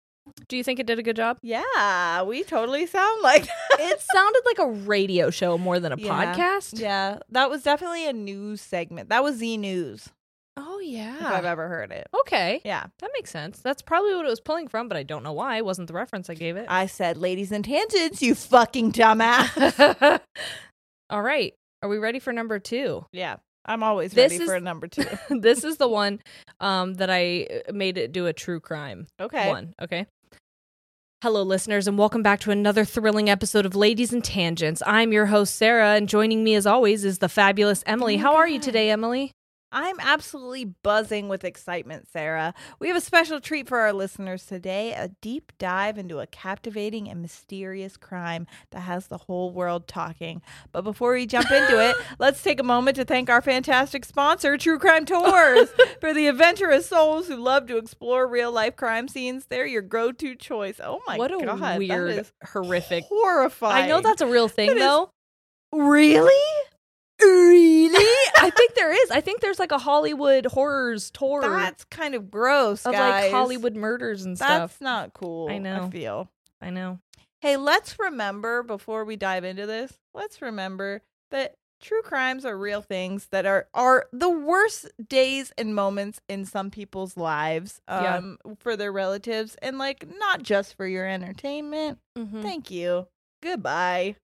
Speaker 2: you think it did a good job?
Speaker 1: Yeah, we totally sound like
Speaker 2: It sounded like a radio show more than a
Speaker 1: Yeah.
Speaker 2: podcast.
Speaker 1: Yeah, that was definitely a news segment. That was the news
Speaker 2: Oh
Speaker 1: if I've
Speaker 2: yeah.
Speaker 1: ever heard it.
Speaker 2: Okay.
Speaker 1: Yeah,
Speaker 2: That makes sense. That's probably what it was pulling from, but I don't know why. It wasn't the reference I gave it.
Speaker 1: I said, ladies and tangents, you fucking dumbass.
Speaker 2: All right. Are we ready for number two?
Speaker 1: yeah, I'm always
Speaker 2: This
Speaker 1: ready
Speaker 2: is-
Speaker 1: for a number two.
Speaker 2: this is the one um, that I uh, made it do a true crime
Speaker 1: Okay,
Speaker 2: one. Okay. Hello, listeners, and welcome back to another thrilling episode of Ladies and Tangents. I'm your host, Sarah, and joining me as always is the fabulous Emily.
Speaker 1: Oh my
Speaker 2: How are you
Speaker 1: God.
Speaker 2: today, Emily?
Speaker 1: I'm absolutely buzzing with excitement, Sarah. We have a special treat for our listeners today a deep dive into a captivating and mysterious crime that has the whole world talking. But before we jump into it, let's take a moment to thank our fantastic sponsor, True Crime Tours, for the adventurous souls who love to explore real life crime scenes. They're your go to choice. Oh my
Speaker 2: what a
Speaker 1: God. that
Speaker 2: weird,
Speaker 1: is
Speaker 2: horrific.
Speaker 1: Horrifying.
Speaker 2: I know that's a real thing,
Speaker 1: It is-
Speaker 2: though.
Speaker 1: Really? Really?
Speaker 2: I think there is. I think there's like a Hollywood horrors tour
Speaker 1: That's kind of gross,
Speaker 2: of
Speaker 1: guys.
Speaker 2: like Hollywood murders and
Speaker 1: That's
Speaker 2: stuff.
Speaker 1: not cool.
Speaker 2: I know.
Speaker 1: I feel.
Speaker 2: I know.
Speaker 1: Hey, let's remember before we dive into this, let's remember that true crimes are real things that are are the worst days and moments in some people's lives
Speaker 2: Yeah.
Speaker 1: um for their relatives and like not just for your entertainment.
Speaker 2: Mm.
Speaker 1: Thank you. Goodbye.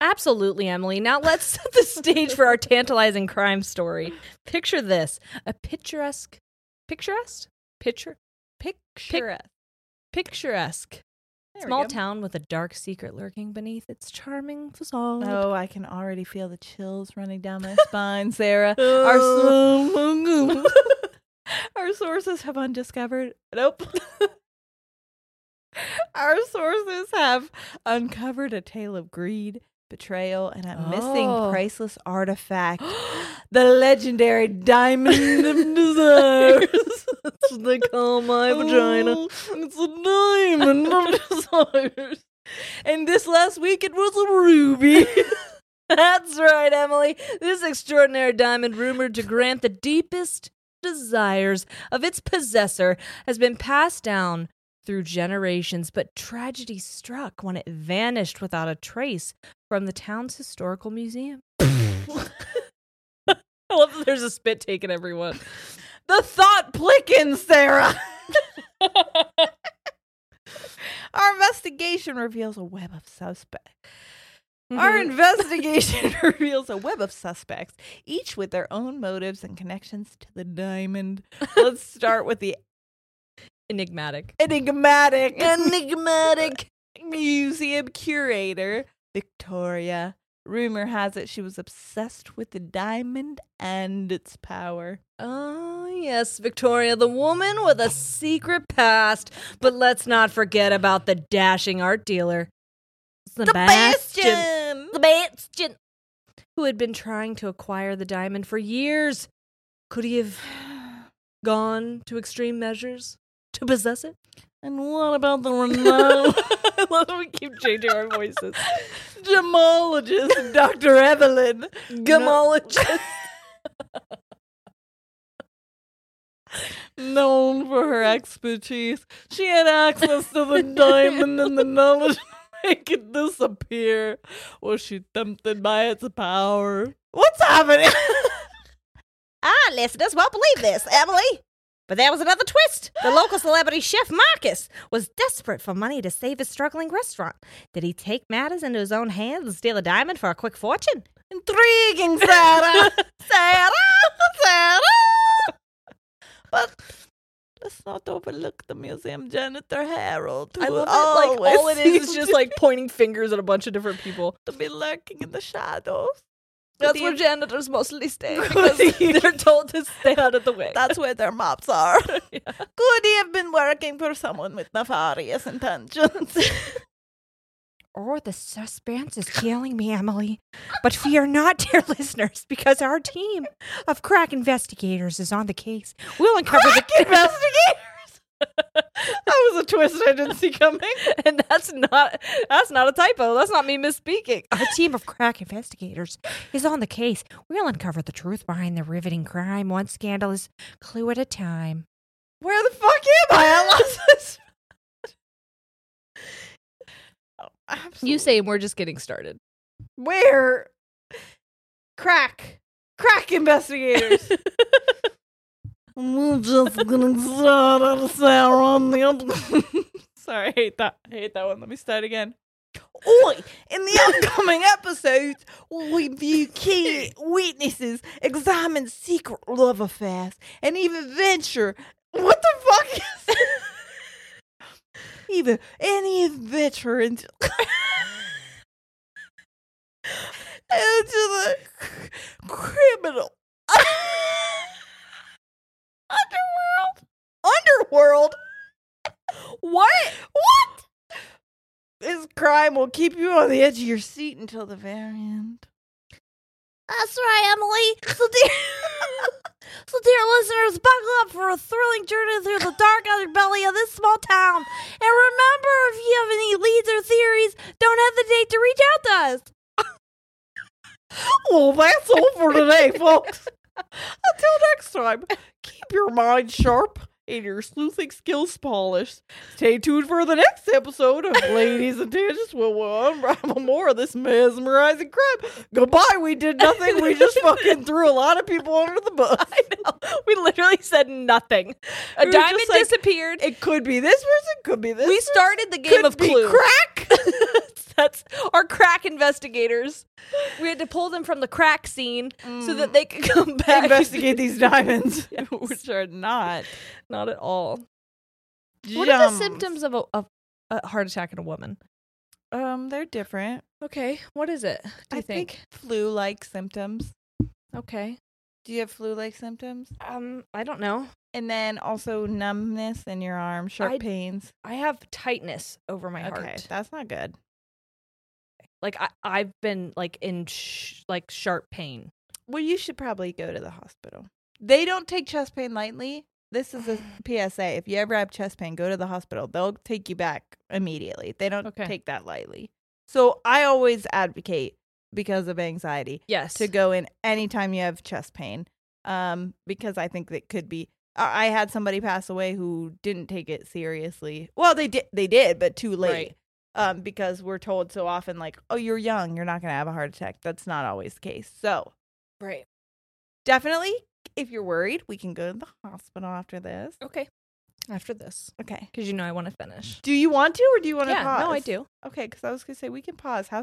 Speaker 2: Absolutely, Emily. Now let's set the stage for our tantalizing crime story. Picture this a picturesque, picturesque, picture,
Speaker 1: Picture us.
Speaker 2: picturesque
Speaker 1: There we
Speaker 2: small
Speaker 1: go.
Speaker 2: town with a dark secret lurking beneath its charming facade.
Speaker 1: Oh, I can already feel the chills running down my spine, Sarah. Our,
Speaker 2: Oh,
Speaker 1: so- Our sources have undiscovered. Nope. Our sources have uncovered a tale of greed, betrayal, and a
Speaker 2: Oh.
Speaker 1: missing priceless artifact. the legendary Diamond of Desires.
Speaker 2: That's what they call my
Speaker 1: Ooh, It's a diamond of desires. And this last week it was a ruby.
Speaker 2: That's right, Emily. This extraordinary diamond, rumored to grant the deepest desires of its possessor, has been passed down through generations, but tragedy struck when it vanished without a trace from the town's historical museum. I love that there's a spit taken everyone.
Speaker 1: The thought plickens, Sarah. Our investigation reveals a web of suspects. Our investigation reveals a web of suspects, each with their own motives and connections to the diamond. Let's start with the
Speaker 2: enigmatic.
Speaker 1: enigmatic
Speaker 2: Enigmatic.
Speaker 1: museum curator, Victoria. Rumor has it she was obsessed with the diamond and its power.
Speaker 2: Oh, yes, Victoria, the woman with a secret past. But let's not forget about the dashing art dealer, Sebastian. Sebastian. Who had been trying to acquire the diamond for years. Could he have gone to extreme measures to possess it?
Speaker 1: And what about the renowned
Speaker 7: I love that we keep changing our voices.
Speaker 1: gemologist, Dr. Evelyn?
Speaker 2: Gemologist.
Speaker 1: known for her expertise. She had access to the diamond and the knowledge to make it disappear. Was she tempted by its power? What's happening?
Speaker 8: I, listeners, won't believe this, Emily. But there was another twist. The local celebrity chef Marcus was desperate for money to save his struggling restaurant. Did he take matters into his own hands and steal a diamond for a quick fortune?
Speaker 1: Intriguing, Sarah. Sarah, Sarah. But let's not overlook the museum janitor Harold. Who
Speaker 2: I love
Speaker 1: always
Speaker 2: it. Like, all it is is
Speaker 1: seemed
Speaker 2: just like pointing fingers at a bunch of different people.
Speaker 1: to be lurking in the shadows.
Speaker 2: That's
Speaker 1: The-
Speaker 2: where janitors mostly stay because they're told to stay out of the way.
Speaker 1: That's where their mops are. Could he have been working for someone with nefarious intentions?
Speaker 8: Or the suspense is killing me, Emily. But fear not, dear listeners, because our team of crack investigators is on the case. We'll uncover the
Speaker 1: Investigators. that was a twist I didn't see coming.
Speaker 2: and that's not that's not a typo. That's not me misspeaking.
Speaker 8: Our team of crack investigators is on the case. We'll uncover the truth behind the riveting crime, one scandalous clue at a time.
Speaker 1: Where the fuck am I? I lost this. Oh, absolutely.
Speaker 2: You say we're just getting started.
Speaker 1: where? Crack, crack investigators. We're just gonna start on Sarah on the up- Sorry, I hate that. I hate that one. Let me start again. Oi! In the upcoming episodes, we'll review key witnesses, examine secret love affairs, and even venture. What the fuck is Even any adventure into. into the criminal underworld. Underworld. What? What? This crime will keep you on the edge of your seat until the very end.
Speaker 8: That's right, Emily. So, dear, so dear listeners, buckle up for a thrilling journey through the dark underbelly of this small town. And remember, if you have any leads or theories, don't hesitate to reach out to us.
Speaker 1: Well, that's all for today, folks. Until next time, keep your mind sharp and your sleuthing skills polished. Stay tuned for the next episode of Ladies and Tangents, where we'll unravel more of this mesmerizing crime. Goodbye. We did nothing. We just fucking threw a lot of people under the bus.
Speaker 2: We literally said nothing. A
Speaker 1: We were
Speaker 2: diamond
Speaker 1: just like-
Speaker 2: disappeared.
Speaker 1: It could be this person. Could be this.
Speaker 2: we
Speaker 1: person,
Speaker 2: started the game
Speaker 1: could
Speaker 2: of
Speaker 1: be
Speaker 2: clue.
Speaker 1: Crack.
Speaker 2: That's our crack investigators. We had to pull them from the crack scene so that they could come back.
Speaker 1: investigate these diamonds, which are not.
Speaker 2: Not at all. What are the
Speaker 1: gems.
Speaker 2: symptoms of a, of a heart attack in a woman?
Speaker 1: Um, they're different.
Speaker 2: Okay, what is it? Do you
Speaker 1: I think, flu-like symptoms.
Speaker 2: Okay.
Speaker 1: Do you have flu-like symptoms?
Speaker 2: Um, I don't know.
Speaker 1: And then also numbness in your arm, sharp
Speaker 2: I-
Speaker 1: pains.
Speaker 2: I have tightness over my
Speaker 1: okay,
Speaker 2: heart.
Speaker 1: that's not good.
Speaker 2: Like I, I've been like in sh- like sharp pain.
Speaker 1: Well, you should probably go to the hospital. They don't take chest pain lightly. This is a PSA. If you ever have chest pain, go to the hospital. They'll take you back immediately. They don't
Speaker 2: Okay.
Speaker 1: take that lightly. So I always advocate because of anxiety
Speaker 2: Yes.
Speaker 1: to go in anytime you have chest pain um because i think that could be i I had somebody pass away who didn't take it seriously well they did they did but too late
Speaker 7: Right.
Speaker 1: um because we're told so often like oh you're young you're not going to have a heart attack that's not always the case so
Speaker 2: Right.
Speaker 1: definitely if you're worried we can go to the hospital after this
Speaker 2: Okay. After this,
Speaker 1: okay
Speaker 2: because you know I want to finish.
Speaker 1: do you want to or do you want to
Speaker 2: yeah.
Speaker 1: pause
Speaker 2: No, I do.
Speaker 1: okay because i was going to say we can pause how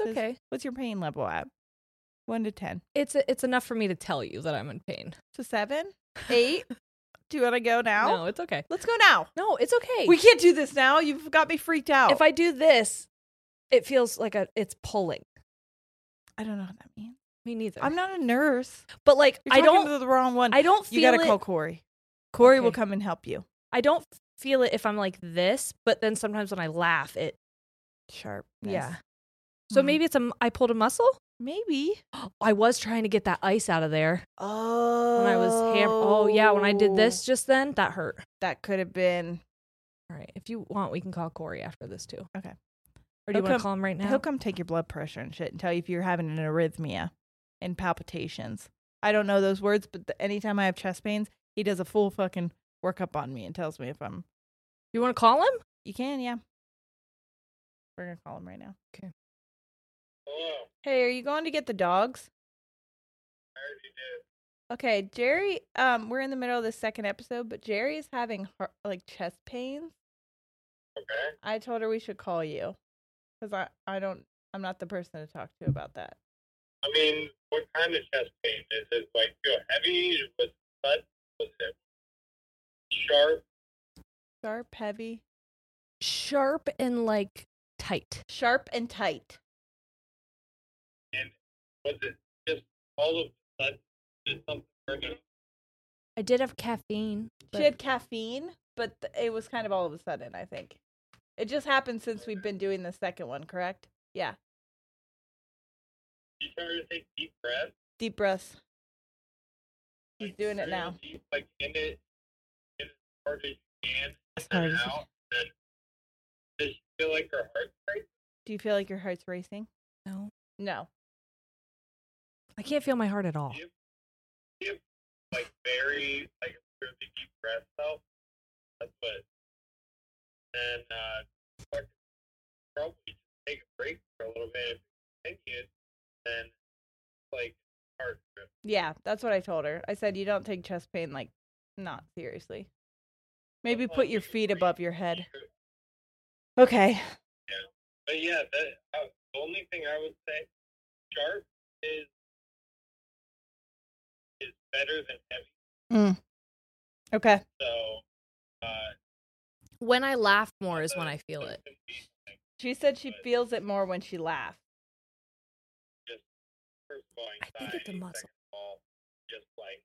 Speaker 2: It's
Speaker 1: is-
Speaker 2: okay.
Speaker 1: what's your pain level at one to ten
Speaker 2: It's it's enough for me to tell you that I'm in pain.
Speaker 1: to seven eight do you want to go now
Speaker 2: No, it's okay.
Speaker 1: Let's go now.
Speaker 2: No, it's okay.
Speaker 1: We can't do this now. You've got me freaked out.
Speaker 2: if I do this, it feels like a it's pulling.
Speaker 1: I don't know what that means.
Speaker 2: Me neither.
Speaker 1: I'm not a nurse.
Speaker 2: but like
Speaker 1: You're
Speaker 2: I
Speaker 1: talking
Speaker 2: don't
Speaker 1: to the wrong one.
Speaker 2: I don't feel
Speaker 1: you gotta
Speaker 2: it.
Speaker 1: call Corey. Corey will
Speaker 2: Okay.
Speaker 1: come and help you.
Speaker 2: I don't feel it if I'm like this, but then sometimes when I laugh, it
Speaker 1: Sharp.
Speaker 2: yeah. So
Speaker 1: Hmm.
Speaker 2: maybe it's a m- I pulled a muscle.
Speaker 1: Maybe.
Speaker 2: I was trying to get that ice out of there
Speaker 1: Oh.
Speaker 2: when I was ham. Oh yeah, when I did this just then, that hurt.
Speaker 1: that could have been.
Speaker 2: All right, if you want, we can call Corey after this too. Or
Speaker 1: Okay.
Speaker 2: do
Speaker 1: He'll
Speaker 2: you want
Speaker 1: come-
Speaker 2: to call him right now?
Speaker 1: He'll come take your blood pressure and shit and tell you if you're having an arrhythmia and palpitations. I don't know those words, but the, anytime I have chest pains, he does a full fucking workup on me and tells me if I'm.
Speaker 2: You want to call him?
Speaker 1: You can, yeah. We're gonna call him right now.
Speaker 2: 'Kay.
Speaker 1: Hey, are you going to get the dogs? I already did. Okay, Jerry. Um, we're in the middle of the second episode, but Jerry is having heart, like chest pains. Okay. I told her we should call you, cause I I don't I'm not the person to talk to about that.
Speaker 9: I mean, what kind of chest pain? Is it like feel heavy? Was it sudden? Was it sharp?
Speaker 1: Sharp, heavy,
Speaker 2: Sharp and like tight.
Speaker 1: sharp and tight.
Speaker 9: And was it just all of a sudden? Just something happened?
Speaker 2: I did have caffeine. but-
Speaker 1: She had caffeine, but th- it was kind of all of a sudden. I think it just happened since we've been doing the second one. Correct? Yeah.
Speaker 9: You try to take deep breaths.
Speaker 1: Deep breaths. He's
Speaker 9: like,
Speaker 1: doing it
Speaker 9: really
Speaker 1: now.
Speaker 9: Deep, like in it, in as hard as you can.
Speaker 1: As
Speaker 9: and
Speaker 1: hard
Speaker 9: then
Speaker 1: as you
Speaker 9: out. Then does she feel like her heart's racing?
Speaker 1: Do you feel like your heart's racing?
Speaker 2: No,
Speaker 1: No.
Speaker 2: I can't feel my heart at all.
Speaker 9: Do you- do you, like very like really deep breath though? That's what. And uh, fuck, probably just take a break for a little bit. If you continue, then like hard. grip.
Speaker 1: Yeah, that's what I told her. I said you don't take chest pain like not seriously. Maybe
Speaker 9: That's why
Speaker 1: put
Speaker 9: I
Speaker 1: your
Speaker 9: think
Speaker 1: feet
Speaker 9: it's
Speaker 1: above
Speaker 9: great.
Speaker 1: your head. Okay.
Speaker 9: But yeah, that uh, the only thing I would say, sharp is is better than heavy.
Speaker 1: Okay.
Speaker 9: So uh,
Speaker 2: When I laugh more is when I feel it.
Speaker 1: She said she feels it more when she laughs.
Speaker 9: First of all,
Speaker 2: I think it's a
Speaker 9: anxiety,
Speaker 2: muscle.
Speaker 9: second of all, Just like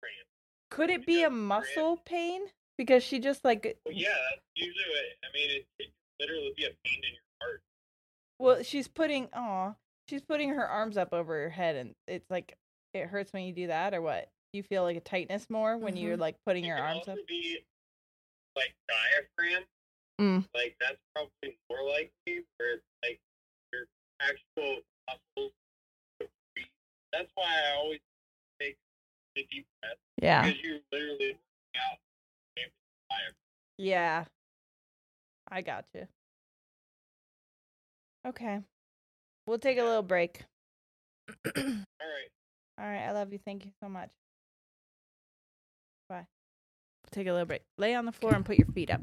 Speaker 9: cramp.
Speaker 1: Could it be a muscle pain? Because she just like
Speaker 9: Well, yeah, that's usually what I mean. It, it literally be a pain in your heart.
Speaker 1: well, she's putting aw, she's putting her arms up over her head and it's like it hurts when you do that or what? You feel like a tightness more when you're like putting
Speaker 9: Mm-hmm.
Speaker 1: your
Speaker 9: It could
Speaker 1: arms up?
Speaker 9: also be like diaphragm.
Speaker 1: Mm.
Speaker 9: Like that's probably more likely where it's like your actual muscles. contract. That's why I always take the deep breath
Speaker 1: Yeah.
Speaker 9: because you literally work out.
Speaker 1: Yeah. I got you. Okay. We'll take a little break.
Speaker 9: All right.
Speaker 1: All right. I love you. Thank you so much. Bye. We'll take a little break. Lay on the floor and put your feet up.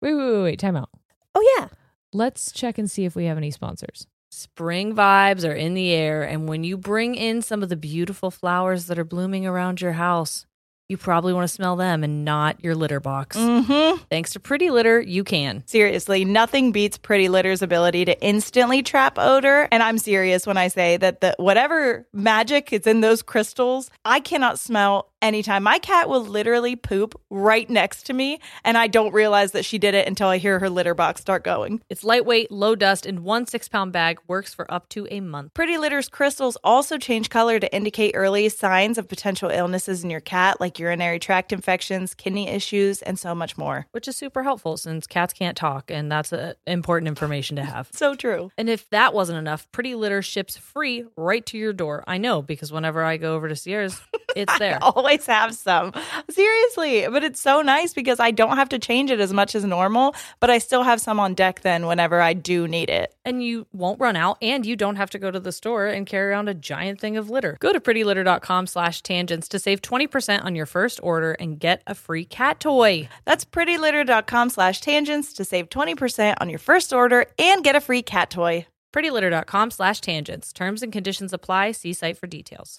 Speaker 2: Wait, wait, wait, wait. Time out.
Speaker 1: Oh, yeah.
Speaker 2: Let's check and see if we have any sponsors. Spring vibes are in the air, and when you bring in some of the beautiful flowers that are blooming around your house, you probably want to smell them and not your litter box.
Speaker 6: Mm-hmm.
Speaker 2: Thanks to Pretty Litter, you can.
Speaker 6: Seriously, nothing beats Pretty Litter's ability to instantly trap odor. And I'm serious when I say that the whatever magic is in those crystals, I cannot smell
Speaker 10: anytime. My cat will literally poop right next to me, and I don't realize that she did it until I hear her litter box start going.
Speaker 2: It's lightweight, low dust, and one six pound bag works for up to a month.
Speaker 10: Pretty Litter's crystals also change color to indicate early signs of potential illnesses in your cat, like urinary tract infections, kidney issues, and so much more.
Speaker 2: Which is super helpful since cats can't talk, and that's uh important information to have.
Speaker 10: So true.
Speaker 2: And if that wasn't enough, Pretty Litter ships free right to your door. I know because whenever I go over to Sierra's, it's there.
Speaker 10: I always have some. Seriously, but it's so nice because I don't have to change it as much as normal, but I still have some on deck then whenever I do need it.
Speaker 2: and you won't run out and you don't have to go to the store and carry around a giant thing of litter. Go to prettylitter.com slash tangents to save 20% on your first order and get a free cat toy.
Speaker 10: That's prettylitter.com slash tangents to save 20% on your first order and get a free cat toy.
Speaker 2: prettylitter.com slash tangents. Terms and conditions apply. See site for details.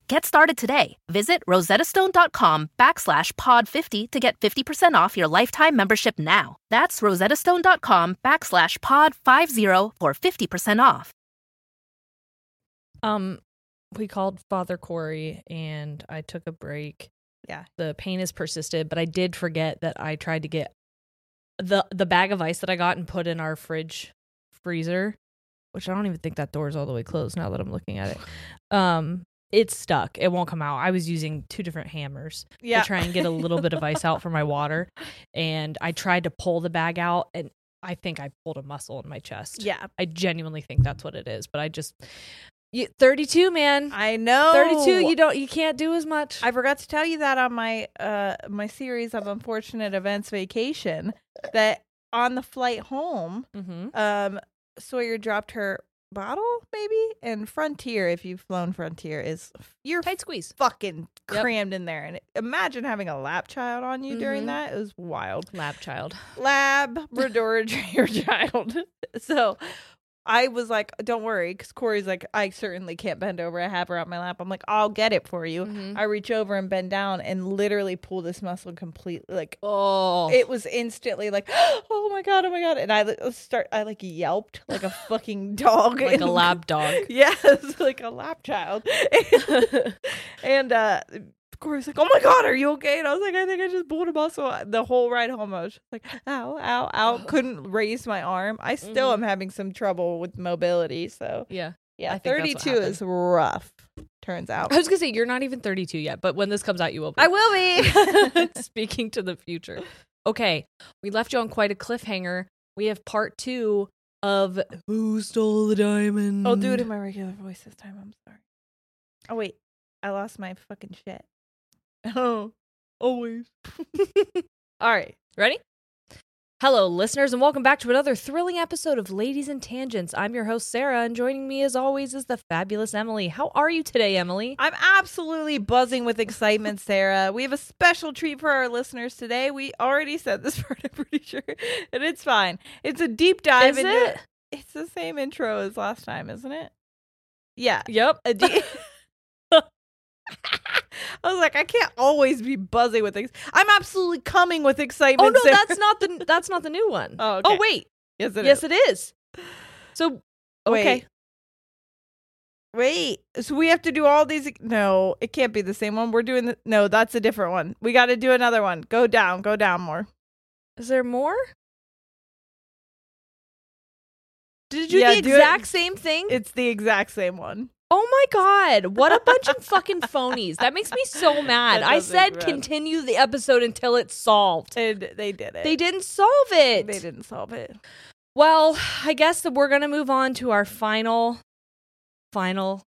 Speaker 11: Get started today. Visit rosettastone.com backslash pod 50 to get 50% off your lifetime membership now. That's rosettastone.com backslash pod 50 for 50% off.
Speaker 2: Um, we called Father Corey and I took a break.
Speaker 10: Yeah.
Speaker 2: The pain has persisted, but I did forget that I tried to get the the bag of ice that I got and put in our fridge freezer, which I don't even think that door is all the way closed now that I'm looking at it. Um it's stuck. It won't come out. I was using two different hammers
Speaker 1: Yeah.
Speaker 2: to try and get a little bit of ice out for my water. And I tried to pull the bag out and I think I pulled a muscle in my chest.
Speaker 1: Yeah.
Speaker 2: I genuinely think that's what it is, but I just you, 32 man.
Speaker 1: I know.
Speaker 2: 32 you don't you can't do as much.
Speaker 1: I forgot to tell you that on my uh my series of unfortunate events vacation that on the flight home,
Speaker 2: mm-hmm.
Speaker 1: um Sawyer dropped her bottle maybe and Frontier if you've flown Frontier is you're
Speaker 2: Tight squeeze.
Speaker 1: fucking
Speaker 2: Yep.
Speaker 1: crammed in there and imagine having a lap child on you during
Speaker 2: Mhm.
Speaker 1: that. It was wild.
Speaker 2: Lab child.
Speaker 1: Labrador your child. So I was like, don't worry, because Corey's like, I certainly can't bend over. I have her on my lap. I'm like, I'll get it for you. I reach over and bend down and literally pull this muscle completely. Like,
Speaker 2: Oh.
Speaker 1: it was instantly like, oh my God, oh my God. And I like, start, I like yelped like a fucking dog.
Speaker 2: like a
Speaker 1: and-
Speaker 2: lab dog.
Speaker 1: Yes, like a lap child. and uh Corey's like, "Oh my god, are you okay?" And I was like, "I think I just pulled a muscle." uh, The whole ride home, I was just like, "Ow, ow, ow!" Couldn't raise my arm. I still
Speaker 2: Mhm.
Speaker 1: am having some trouble with mobility. So
Speaker 2: Yeah.
Speaker 1: yeah,
Speaker 2: I think that's what
Speaker 1: thirty-two is rough. Turns out,
Speaker 2: I was going to say you're not even 32 yet, but when this comes out you will be.
Speaker 1: will
Speaker 2: Speaking to the future. Okay, we left you on quite a cliffhanger. We have part 2 of Who Stole the Diamond?
Speaker 1: I'll do it in my regular voice this time. I'm sorry. Mm. Oh wait, I lost my fucking shit. Oh, always. All right.
Speaker 2: Ready? Hello, listeners, and welcome back to another thrilling episode of Ladies and Tangents. I'm your host, Sarah, and joining me as always is the fabulous Emily. How are you today, Emily?
Speaker 1: I'm absolutely buzzing with excitement, Sarah. We have a special treat for our listeners today. We already said this part, I'm pretty sure, and it's fine. It's a deep
Speaker 2: Is
Speaker 1: dive into.
Speaker 2: it?
Speaker 1: It's the same intro as last time, isn't it? Yeah.
Speaker 2: Yep.
Speaker 1: A de- I was like, I can't always be buzzing with. Ex- I'm absolutely coming with excitement.
Speaker 2: Oh no,
Speaker 1: Sarah.
Speaker 2: that's not the that's not the new one.
Speaker 1: Oh, okay.
Speaker 2: oh wait.
Speaker 1: yes, it
Speaker 2: yes,
Speaker 1: is.
Speaker 2: it is. So okay.
Speaker 1: Wait. So we have to do all these. e, No, it can't be the same one. We're doing. The- no, that's a different one. We got to do another one. Go down. Go down more.
Speaker 2: Is there more? Did you
Speaker 1: Yeah,
Speaker 2: the
Speaker 1: do it.
Speaker 2: exact same thing?
Speaker 1: It's the exact same one.
Speaker 2: oh my god. What a bunch of fucking phonies. That makes me so mad.
Speaker 1: That
Speaker 2: I
Speaker 1: does make
Speaker 2: said
Speaker 1: me mad.
Speaker 2: continue the episode until it's solved.
Speaker 1: And they did it.
Speaker 2: They didn't solve it.
Speaker 1: They didn't solve it.
Speaker 2: Well, I guess that we're going to move on to our final, final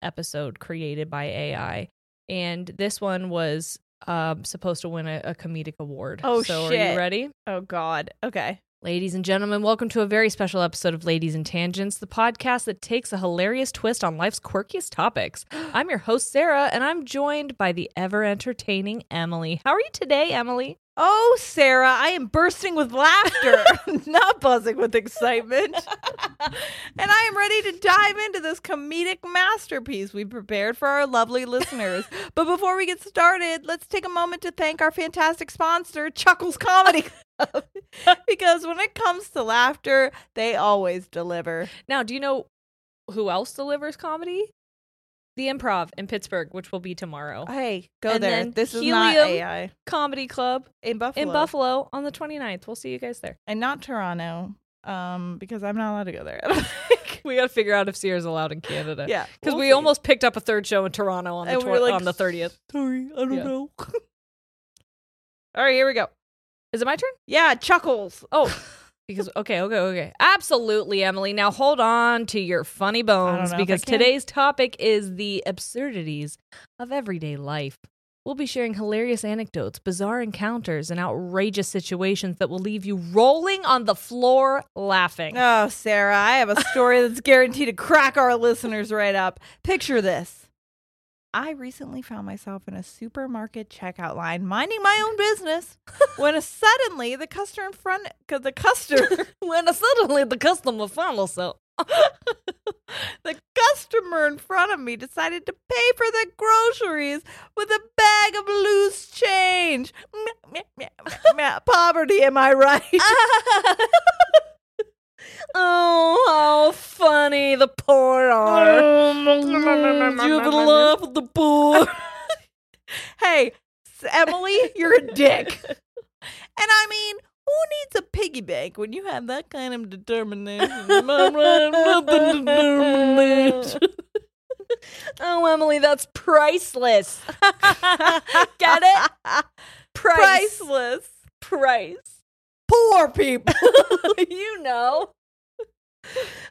Speaker 2: episode created by AI. And this one was um, supposed to win a, a comedic award.
Speaker 1: Oh,
Speaker 2: so are
Speaker 1: shit.
Speaker 2: you ready?
Speaker 1: Oh God. Okay.
Speaker 2: Ladies and gentlemen, welcome to a very special episode of Ladies and Tangents, the podcast that takes a hilarious twist on life's quirkiest topics. I'm your host, Sarah, and I'm joined by the ever entertaining Emily. How are you today, Emily?
Speaker 1: Oh, Sarah, I am bursting with laughter, not buzzing with excitement. and I am ready to dive into this comedic masterpiece we prepared for our lovely listeners. but before we get started, let's take a moment to thank our fantastic sponsor, Chuckles Comedy Club. because when it comes to laughter, they always deliver.
Speaker 2: Now, do you know who else delivers comedy? The Improv in Pittsburgh, which will be tomorrow.
Speaker 1: Hey, go
Speaker 2: And
Speaker 1: there.
Speaker 2: then
Speaker 1: This is not
Speaker 2: Helium
Speaker 1: AI.
Speaker 2: Comedy Club
Speaker 1: In Buffalo.
Speaker 2: in Buffalo on the 29th. We'll see you guys there.
Speaker 1: And not Toronto, um, because I'm not allowed to go there.
Speaker 2: We got to figure out if Sierra's allowed in Canada.
Speaker 1: yeah.
Speaker 2: Because
Speaker 1: we'll
Speaker 2: we
Speaker 1: see.
Speaker 2: almost picked up a third show in Toronto on the,
Speaker 1: And we were
Speaker 2: twen-
Speaker 1: like,
Speaker 2: on the 30th.
Speaker 1: Sorry, I don't
Speaker 2: Yeah.
Speaker 1: know. All right, here we go.
Speaker 2: Is it my turn?
Speaker 1: Yeah, chuckles.
Speaker 2: Oh, because okay, okay, okay. Absolutely, Emily. Now hold on to your funny bones
Speaker 1: know if I
Speaker 2: because
Speaker 1: can.
Speaker 2: today's topic is the absurdities of everyday life. We'll be sharing hilarious anecdotes, bizarre encounters, and outrageous situations that will leave you rolling on the floor laughing.
Speaker 1: Oh, Sarah, I have a story that's guaranteed to crack our listeners right up. Picture this. I recently found myself in a supermarket checkout line minding my own business when suddenly the customer in front the customer
Speaker 2: when suddenly the customer found so
Speaker 1: the customer in front of me decided to pay for the groceries with a bag of loose change. Meh, meh, meh, meh, meh. Poverty, am I right?
Speaker 2: Oh, how funny the poor are.
Speaker 1: Oh,
Speaker 2: Mm, you have a love for the poor.
Speaker 1: hey, s- Emily, you're a dick. And I mean, who needs a piggy bank when you have that kind of determination? Am I right? Nothing determined.
Speaker 2: Oh, Emily, that's priceless. Get it? Price.
Speaker 1: Priceless.
Speaker 2: Price.
Speaker 1: Poor people.
Speaker 2: you know.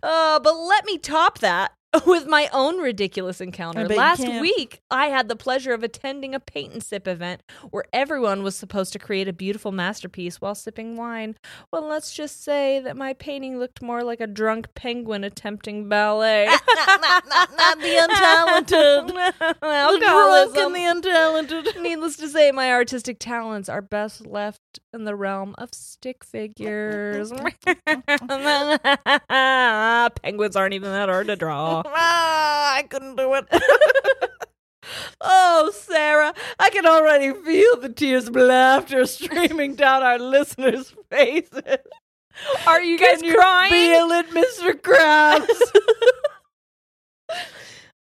Speaker 2: Uh, but let me top that with my own ridiculous
Speaker 1: I
Speaker 2: encounter.
Speaker 1: bet you
Speaker 2: Last
Speaker 1: can.
Speaker 2: week, I had the pleasure of attending a paint and sip event where everyone was supposed to create a beautiful masterpiece while sipping wine. Well, let's just say that my painting looked more like a drunk penguin attempting ballet.
Speaker 1: Ah, not the untalented.
Speaker 2: Alcoholism.
Speaker 1: the untalented.
Speaker 2: Needless to say, my artistic talents are best left in the realm of stick figures. Penguins aren't even that hard to draw.
Speaker 1: Ah, I couldn't do it. oh, Sarah, I can already feel the tears of laughter streaming down our listeners' faces.
Speaker 2: Are you guys
Speaker 1: you
Speaker 2: crying?
Speaker 1: Feel it, Mr. Krabs.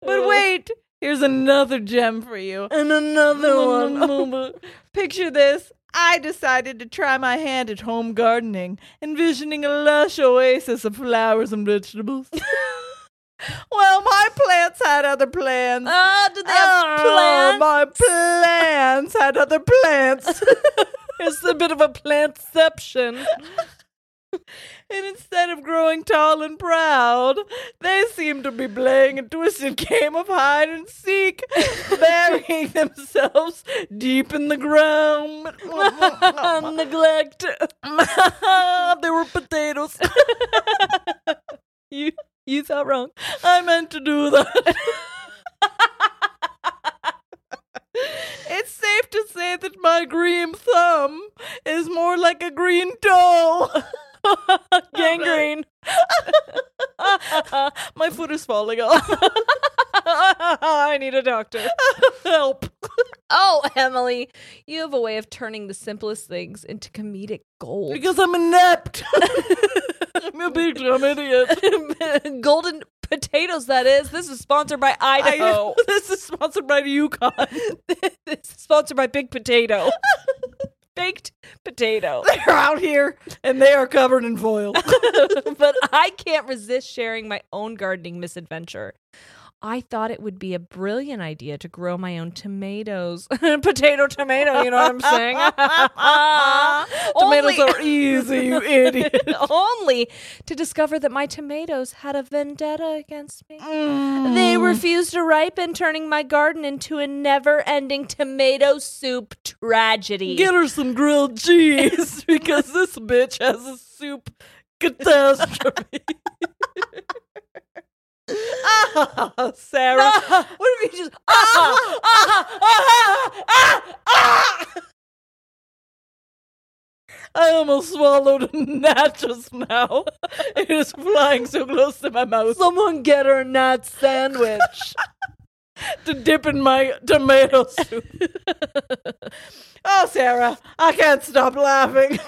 Speaker 1: but wait, here's another gem for you. And another one. Picture this. I decided to try my hand at home gardening, envisioning a lush oasis of flowers and vegetables. well, my plants had other plans.
Speaker 2: Ah, did they have
Speaker 1: Oh,
Speaker 2: plans?
Speaker 1: my plants had other plants.
Speaker 2: It's a bit of a plantception.
Speaker 1: And instead of growing tall and proud, they seem to be playing a twisted game of hide and seek, burying themselves deep in the ground.
Speaker 2: Neglect.
Speaker 1: they were potatoes.
Speaker 2: You you thought wrong.
Speaker 1: I meant to do that. it's safe to say that my green thumb is more like a green toe.
Speaker 2: Gangrene.
Speaker 1: my foot is falling off.
Speaker 2: I need a doctor.
Speaker 1: Help.
Speaker 2: Oh, Emily, you have a way of turning the simplest things into comedic gold.
Speaker 1: Because I'm inept. I'm a big dumb idiot.
Speaker 2: Golden potatoes, that is. This is sponsored by Idaho.
Speaker 1: this is sponsored by Yukon.
Speaker 2: this is sponsored by Big Potato. Baked potato.
Speaker 1: They're out here and they are covered in foil.
Speaker 2: but I can't resist sharing my own gardening misadventure. I thought it would be a brilliant idea to grow my own tomatoes. potato, tomato, you know what I'm saying?
Speaker 1: Tomatoes
Speaker 2: Only-
Speaker 1: are easy, you idiot.
Speaker 2: only to discover that my tomatoes had a vendetta against me.
Speaker 1: Mm.
Speaker 2: They refused to ripen, turning my garden into a never ending tomato soup tragedy.
Speaker 1: Get her some grilled cheese because this bitch has a soup catastrophe. Ah, Sarah, what if you just ah, ah, ah, ah, ah,
Speaker 12: I almost swallowed a gnat just now. It is flying so close to my mouth. Someone get her a gnat sandwich to dip in my tomato soup.
Speaker 1: Oh, Sarah, I can't stop laughing.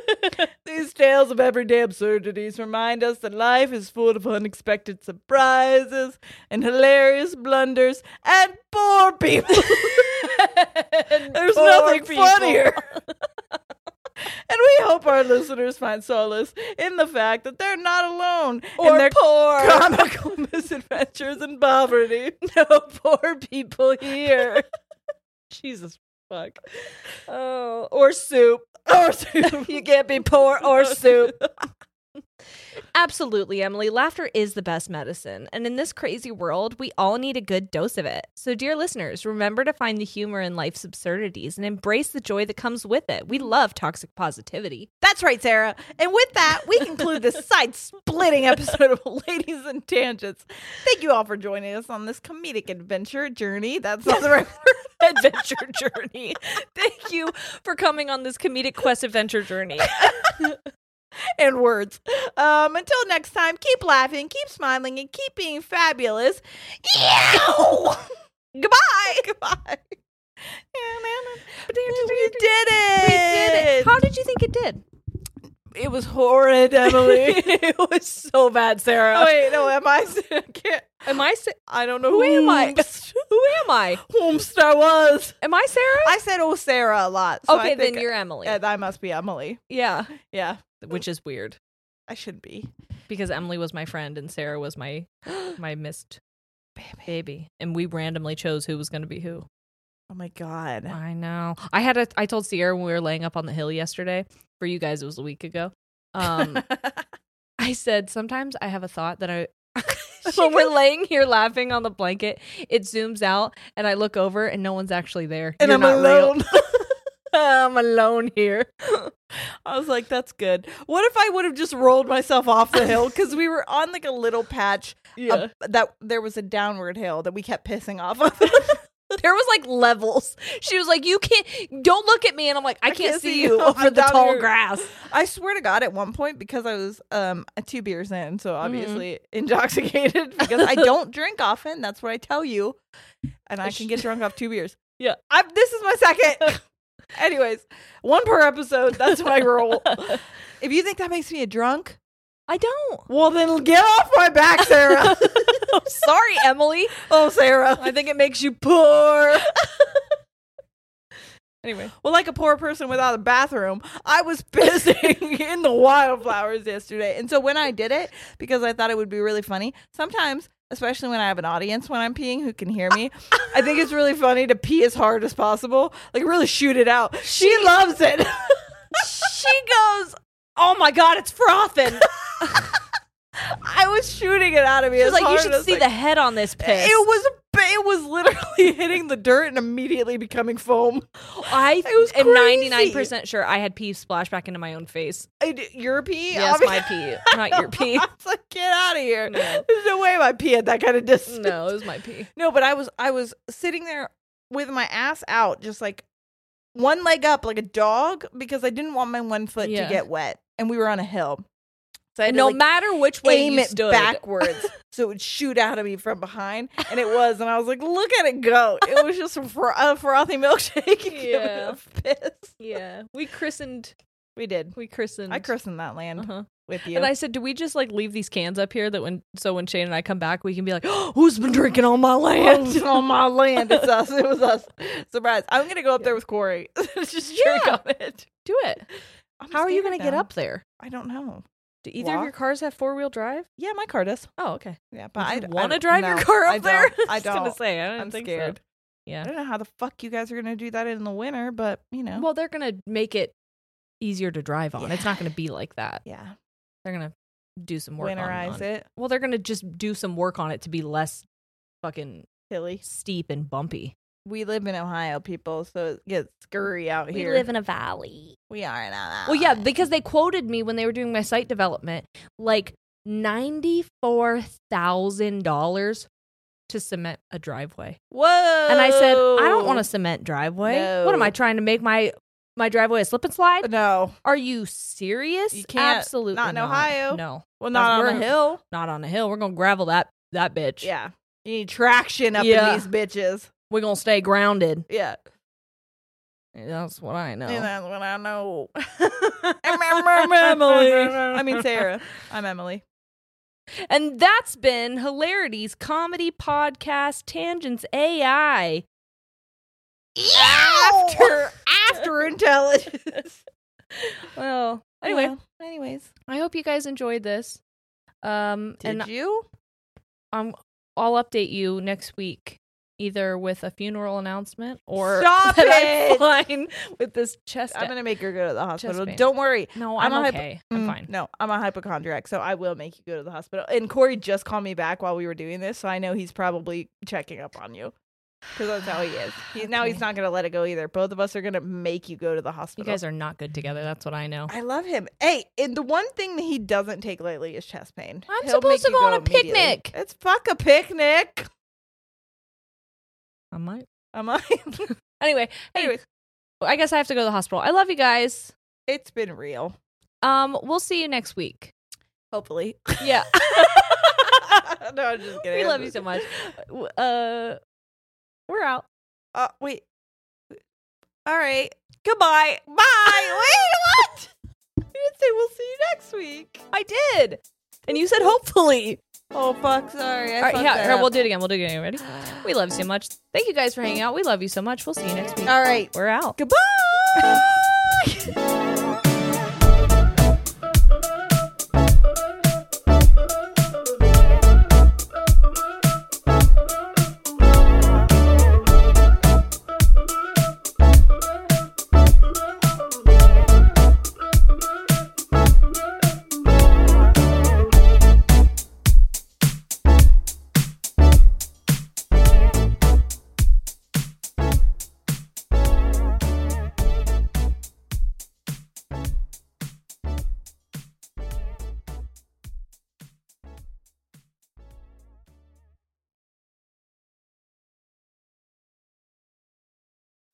Speaker 1: These tales of everyday absurdities remind us that life is full of unexpected surprises and hilarious blunders and poor people. There's
Speaker 12: poor
Speaker 1: nothing
Speaker 12: people.
Speaker 1: funnier. And we hope our listeners find solace in the fact that they're not alone in their poor comical misadventures and poverty.
Speaker 12: No poor people here. Jesus fuck. Oh, or soup. Or soup. you can't be poor or soup.
Speaker 2: Absolutely, Emily. Laughter is the best medicine. And in this crazy world, we all need a good dose of it. So, dear listeners, remember to find the humor in life's absurdities and embrace the joy that comes with it. We love toxic positivity.
Speaker 1: That's right, Sarah. And with that, we conclude this side splitting episode of Ladies and Tangents. Thank you all for joining us on this comedic adventure journey. That's not the right word.
Speaker 2: Adventure journey. Thank you for coming on this comedic quest adventure journey.
Speaker 1: And words. Um, until next time, keep laughing, keep smiling, and keep being fabulous. Ew! Goodbye. Goodbye. we did it.
Speaker 2: Did it- How did you think it did?
Speaker 1: It was horrid, Emily.
Speaker 12: it was so bad, Sarah.
Speaker 1: oh, wait, no, am I? I can't.
Speaker 2: Am I? Sa-
Speaker 1: I don't know
Speaker 2: who am I?
Speaker 1: whomst-
Speaker 2: Who am I?
Speaker 1: whomst I was.
Speaker 2: Am I Sarah?
Speaker 1: I said "Oh Sarah" a lot. so I
Speaker 2: okay, then
Speaker 1: think-
Speaker 2: you're Emily.
Speaker 1: Yeah, I must be Emily.
Speaker 2: yeah,
Speaker 1: Yeah,
Speaker 2: which is weird
Speaker 1: I should be.
Speaker 2: because Emily was my friend and Sarah was my my missed baby, and we randomly chose who was going to be who.
Speaker 1: Oh my god.
Speaker 2: I know. I had a. I told Sierra when we were laying up on the hill yesterday. For you guys, it was a week ago. Um, I said sometimes I have a thought that I. when we're laying here laughing on the blanket, it zooms out, and I look over, and no one's actually there.
Speaker 1: And
Speaker 2: You're not
Speaker 1: I'm
Speaker 2: real. Um,
Speaker 1: alone.
Speaker 2: I'm alone here.
Speaker 1: I was like, "That's good." What if I would have just rolled myself off the hill because we were on like a little patch
Speaker 12: Yeah.
Speaker 1: up- that there was a downward hill that we kept pissing off of.
Speaker 2: There was like levels. She was like, "You can't. Don't look at me." And I'm like, "I, can't, see, you over
Speaker 1: I'm
Speaker 2: the
Speaker 1: down
Speaker 2: tall
Speaker 1: here."
Speaker 2: grass."
Speaker 1: I swear to God, at one point because I was um two beers in, so obviously
Speaker 2: Mm-hmm.
Speaker 1: intoxicated because I don't drink often. That's what I tell you, and I can get drunk off two beers.
Speaker 12: Yeah.
Speaker 1: I'm, this is my second. Anyways, one per episode. That's my rule. if you think that makes me a drunk,
Speaker 2: I don't.
Speaker 1: well then get off my back, Sarah.
Speaker 2: I'm sorry, Emily.
Speaker 1: oh, Sarah.
Speaker 2: I think it makes you poor.
Speaker 1: Anyway, well, like a poor person without a bathroom, I was pissing in the wildflowers yesterday. And so when I did it, because I thought it would be really funny, sometimes, especially when I have an audience when I'm peeing who can hear me, I think it's really funny to pee as hard as possible, like really shoot it out. She loves it.
Speaker 2: she goes, "Oh my god, it's frothing."
Speaker 1: I was shooting it out of me.
Speaker 2: She was
Speaker 1: as
Speaker 2: like, "You
Speaker 1: hard
Speaker 2: should
Speaker 1: as
Speaker 2: see
Speaker 1: I
Speaker 2: the head on this piss."
Speaker 1: It was it was literally hitting the dirt and immediately becoming foam.
Speaker 2: I
Speaker 1: It was
Speaker 2: am
Speaker 1: crazy.
Speaker 2: ninety nine percent sure I had pee splash back into my own face.
Speaker 1: I d- Your pee?
Speaker 2: Yes,
Speaker 1: Obvi-
Speaker 2: my pee, not your pee.
Speaker 1: I was like, get out of here.
Speaker 2: No.
Speaker 1: There's no way my pee at that kind of distance.
Speaker 2: No, it was my pee.
Speaker 1: No, but I was I was sitting there with my ass out, just like one leg up, like a dog, because I didn't want my one foot
Speaker 2: Yeah.
Speaker 1: to get wet, and we were on a hill, so I had
Speaker 2: No
Speaker 1: to like,
Speaker 2: matter which way
Speaker 1: aim
Speaker 2: you
Speaker 1: it
Speaker 2: stood,
Speaker 1: backwards so it would shoot out of me from behind, and it was, and I was like, look at it go! It was just a, fro- a frothy milkshake. and giving
Speaker 2: Yeah.
Speaker 1: a piss.
Speaker 2: Yeah, we christened.
Speaker 1: We did.
Speaker 2: We christened.
Speaker 1: I christened that land
Speaker 2: Uh-huh.
Speaker 1: with you.
Speaker 2: And I said, "Do we just like leave these cans up here that when so when Shane and I come back, we can be like, "Oh, who's been drinking on my land?"
Speaker 1: It's on my land. It's us. It was us. Surprise! I'm gonna go up there with Corey. just drink
Speaker 2: Yeah.
Speaker 1: on it.
Speaker 2: Do it.
Speaker 1: I'm
Speaker 2: How are you
Speaker 1: scared,
Speaker 2: going to get
Speaker 1: though.
Speaker 2: up there?
Speaker 1: I don't know.
Speaker 2: Do either of
Speaker 1: Walk?
Speaker 2: your cars have four wheel drive?
Speaker 1: Yeah, my car does.
Speaker 2: Oh, okay.
Speaker 1: Yeah, but I
Speaker 2: want to
Speaker 1: don't-
Speaker 2: drive your
Speaker 1: no,
Speaker 2: car up
Speaker 1: I
Speaker 2: there?
Speaker 1: don't. I
Speaker 2: was gonna
Speaker 1: don't.
Speaker 2: say I don't
Speaker 1: I'm
Speaker 2: think
Speaker 1: scared.
Speaker 2: So. Yeah.
Speaker 1: I don't know how the fuck you guys are gonna do that in the winter, but you know.
Speaker 2: Well, they're gonna make it easier to drive on. It's
Speaker 1: Yeah.
Speaker 2: not gonna be like that.
Speaker 1: yeah,
Speaker 2: They're gonna do some work. on-
Speaker 1: winterize
Speaker 2: on-
Speaker 1: it,
Speaker 2: Well, they're gonna just do some work on it to be less fucking
Speaker 1: Hilly.
Speaker 2: steep and bumpy.
Speaker 1: We live in Ohio, people, so it gets scurry out
Speaker 8: We
Speaker 1: here.
Speaker 8: live in a valley.
Speaker 1: we are in Ohio.
Speaker 2: Well, yeah, because they quoted me when they were doing my site development, like ninety four thousand dollars to cement a driveway.
Speaker 1: Whoa!
Speaker 2: And I said, I don't want a cement driveway. What am
Speaker 1: Oh. No.
Speaker 2: I trying to make my my driveway a slip and slide?
Speaker 1: No.
Speaker 2: Are you serious?
Speaker 1: You can't.
Speaker 2: Absolutely
Speaker 1: Not in Ohio.
Speaker 2: No,
Speaker 1: Well,
Speaker 2: That's
Speaker 1: not on a
Speaker 2: where-
Speaker 1: hill.
Speaker 2: not on a hill. We're gonna gravel that that bitch.
Speaker 1: Yeah. You need traction up
Speaker 2: Yeah.
Speaker 1: in these bitches.
Speaker 2: we're gonna stay grounded.
Speaker 1: Yeah.
Speaker 2: That's what I know.
Speaker 1: And that's what I know.
Speaker 2: I'm Emily.
Speaker 1: I mean, Sarah. I'm Emily.
Speaker 2: And that's been Hilarity's comedy podcast Tangents AI.
Speaker 1: After, after
Speaker 2: Oh.
Speaker 1: intelligence.
Speaker 2: Well, anyway,
Speaker 1: Yeah. Anyways.
Speaker 2: I hope you guys enjoyed this. Um,
Speaker 1: Did
Speaker 2: and
Speaker 1: you?
Speaker 2: um, I'll update you next week, either with a funeral announcement or
Speaker 1: Stop
Speaker 2: that
Speaker 1: it!
Speaker 2: I'm fine with this chest.
Speaker 1: I'm going to make her go to the hospital.
Speaker 2: pain.
Speaker 1: Don't worry.
Speaker 2: no, I'm,
Speaker 1: I'm a hypo-
Speaker 2: okay. I'm
Speaker 1: Mm,
Speaker 2: fine.
Speaker 1: No, I'm a hypochondriac, so I will make you go to the hospital. And Corey just called me back while we were doing this, so I know he's probably checking up on you. Because that's how he is. He, Now he's
Speaker 2: Okay.
Speaker 1: not going to let it go either. Both of us are going to make you go to the
Speaker 2: You
Speaker 1: hospital.
Speaker 2: guys are not good together. That's what I know.
Speaker 1: I love him. Hey, and the one thing that he doesn't take lightly is chest pain.
Speaker 2: I'm
Speaker 1: He'll
Speaker 2: supposed
Speaker 1: make
Speaker 2: to
Speaker 1: you
Speaker 2: go on a
Speaker 1: immediately.
Speaker 2: picnic.
Speaker 1: It's fuck a picnic.
Speaker 2: I might.
Speaker 1: Am I?
Speaker 2: Anyway, hey,
Speaker 1: Anyways.
Speaker 2: I guess I have to go to the hospital. I love you guys.
Speaker 1: it's been real.
Speaker 2: Um, we'll see you next week.
Speaker 1: Hopefully.
Speaker 2: Yeah.
Speaker 1: no, I'm just kidding.
Speaker 2: we love you so much. W- Uh, we're out.
Speaker 1: Uh, wait. All right. Goodbye. Bye. wait, what? You didn't say we'll see you next week.
Speaker 2: I did. And you said hopefully.
Speaker 1: Oh, fuck. Sorry. I
Speaker 2: All right,
Speaker 1: fucked
Speaker 2: yeah,
Speaker 1: that
Speaker 2: all right, we'll
Speaker 1: up.
Speaker 2: do it again. We'll do it again. Ready? We love you so much. Thank you guys for hanging out. We love you so much. We'll see you next week.
Speaker 1: All right.
Speaker 2: We're out.
Speaker 1: Goodbye.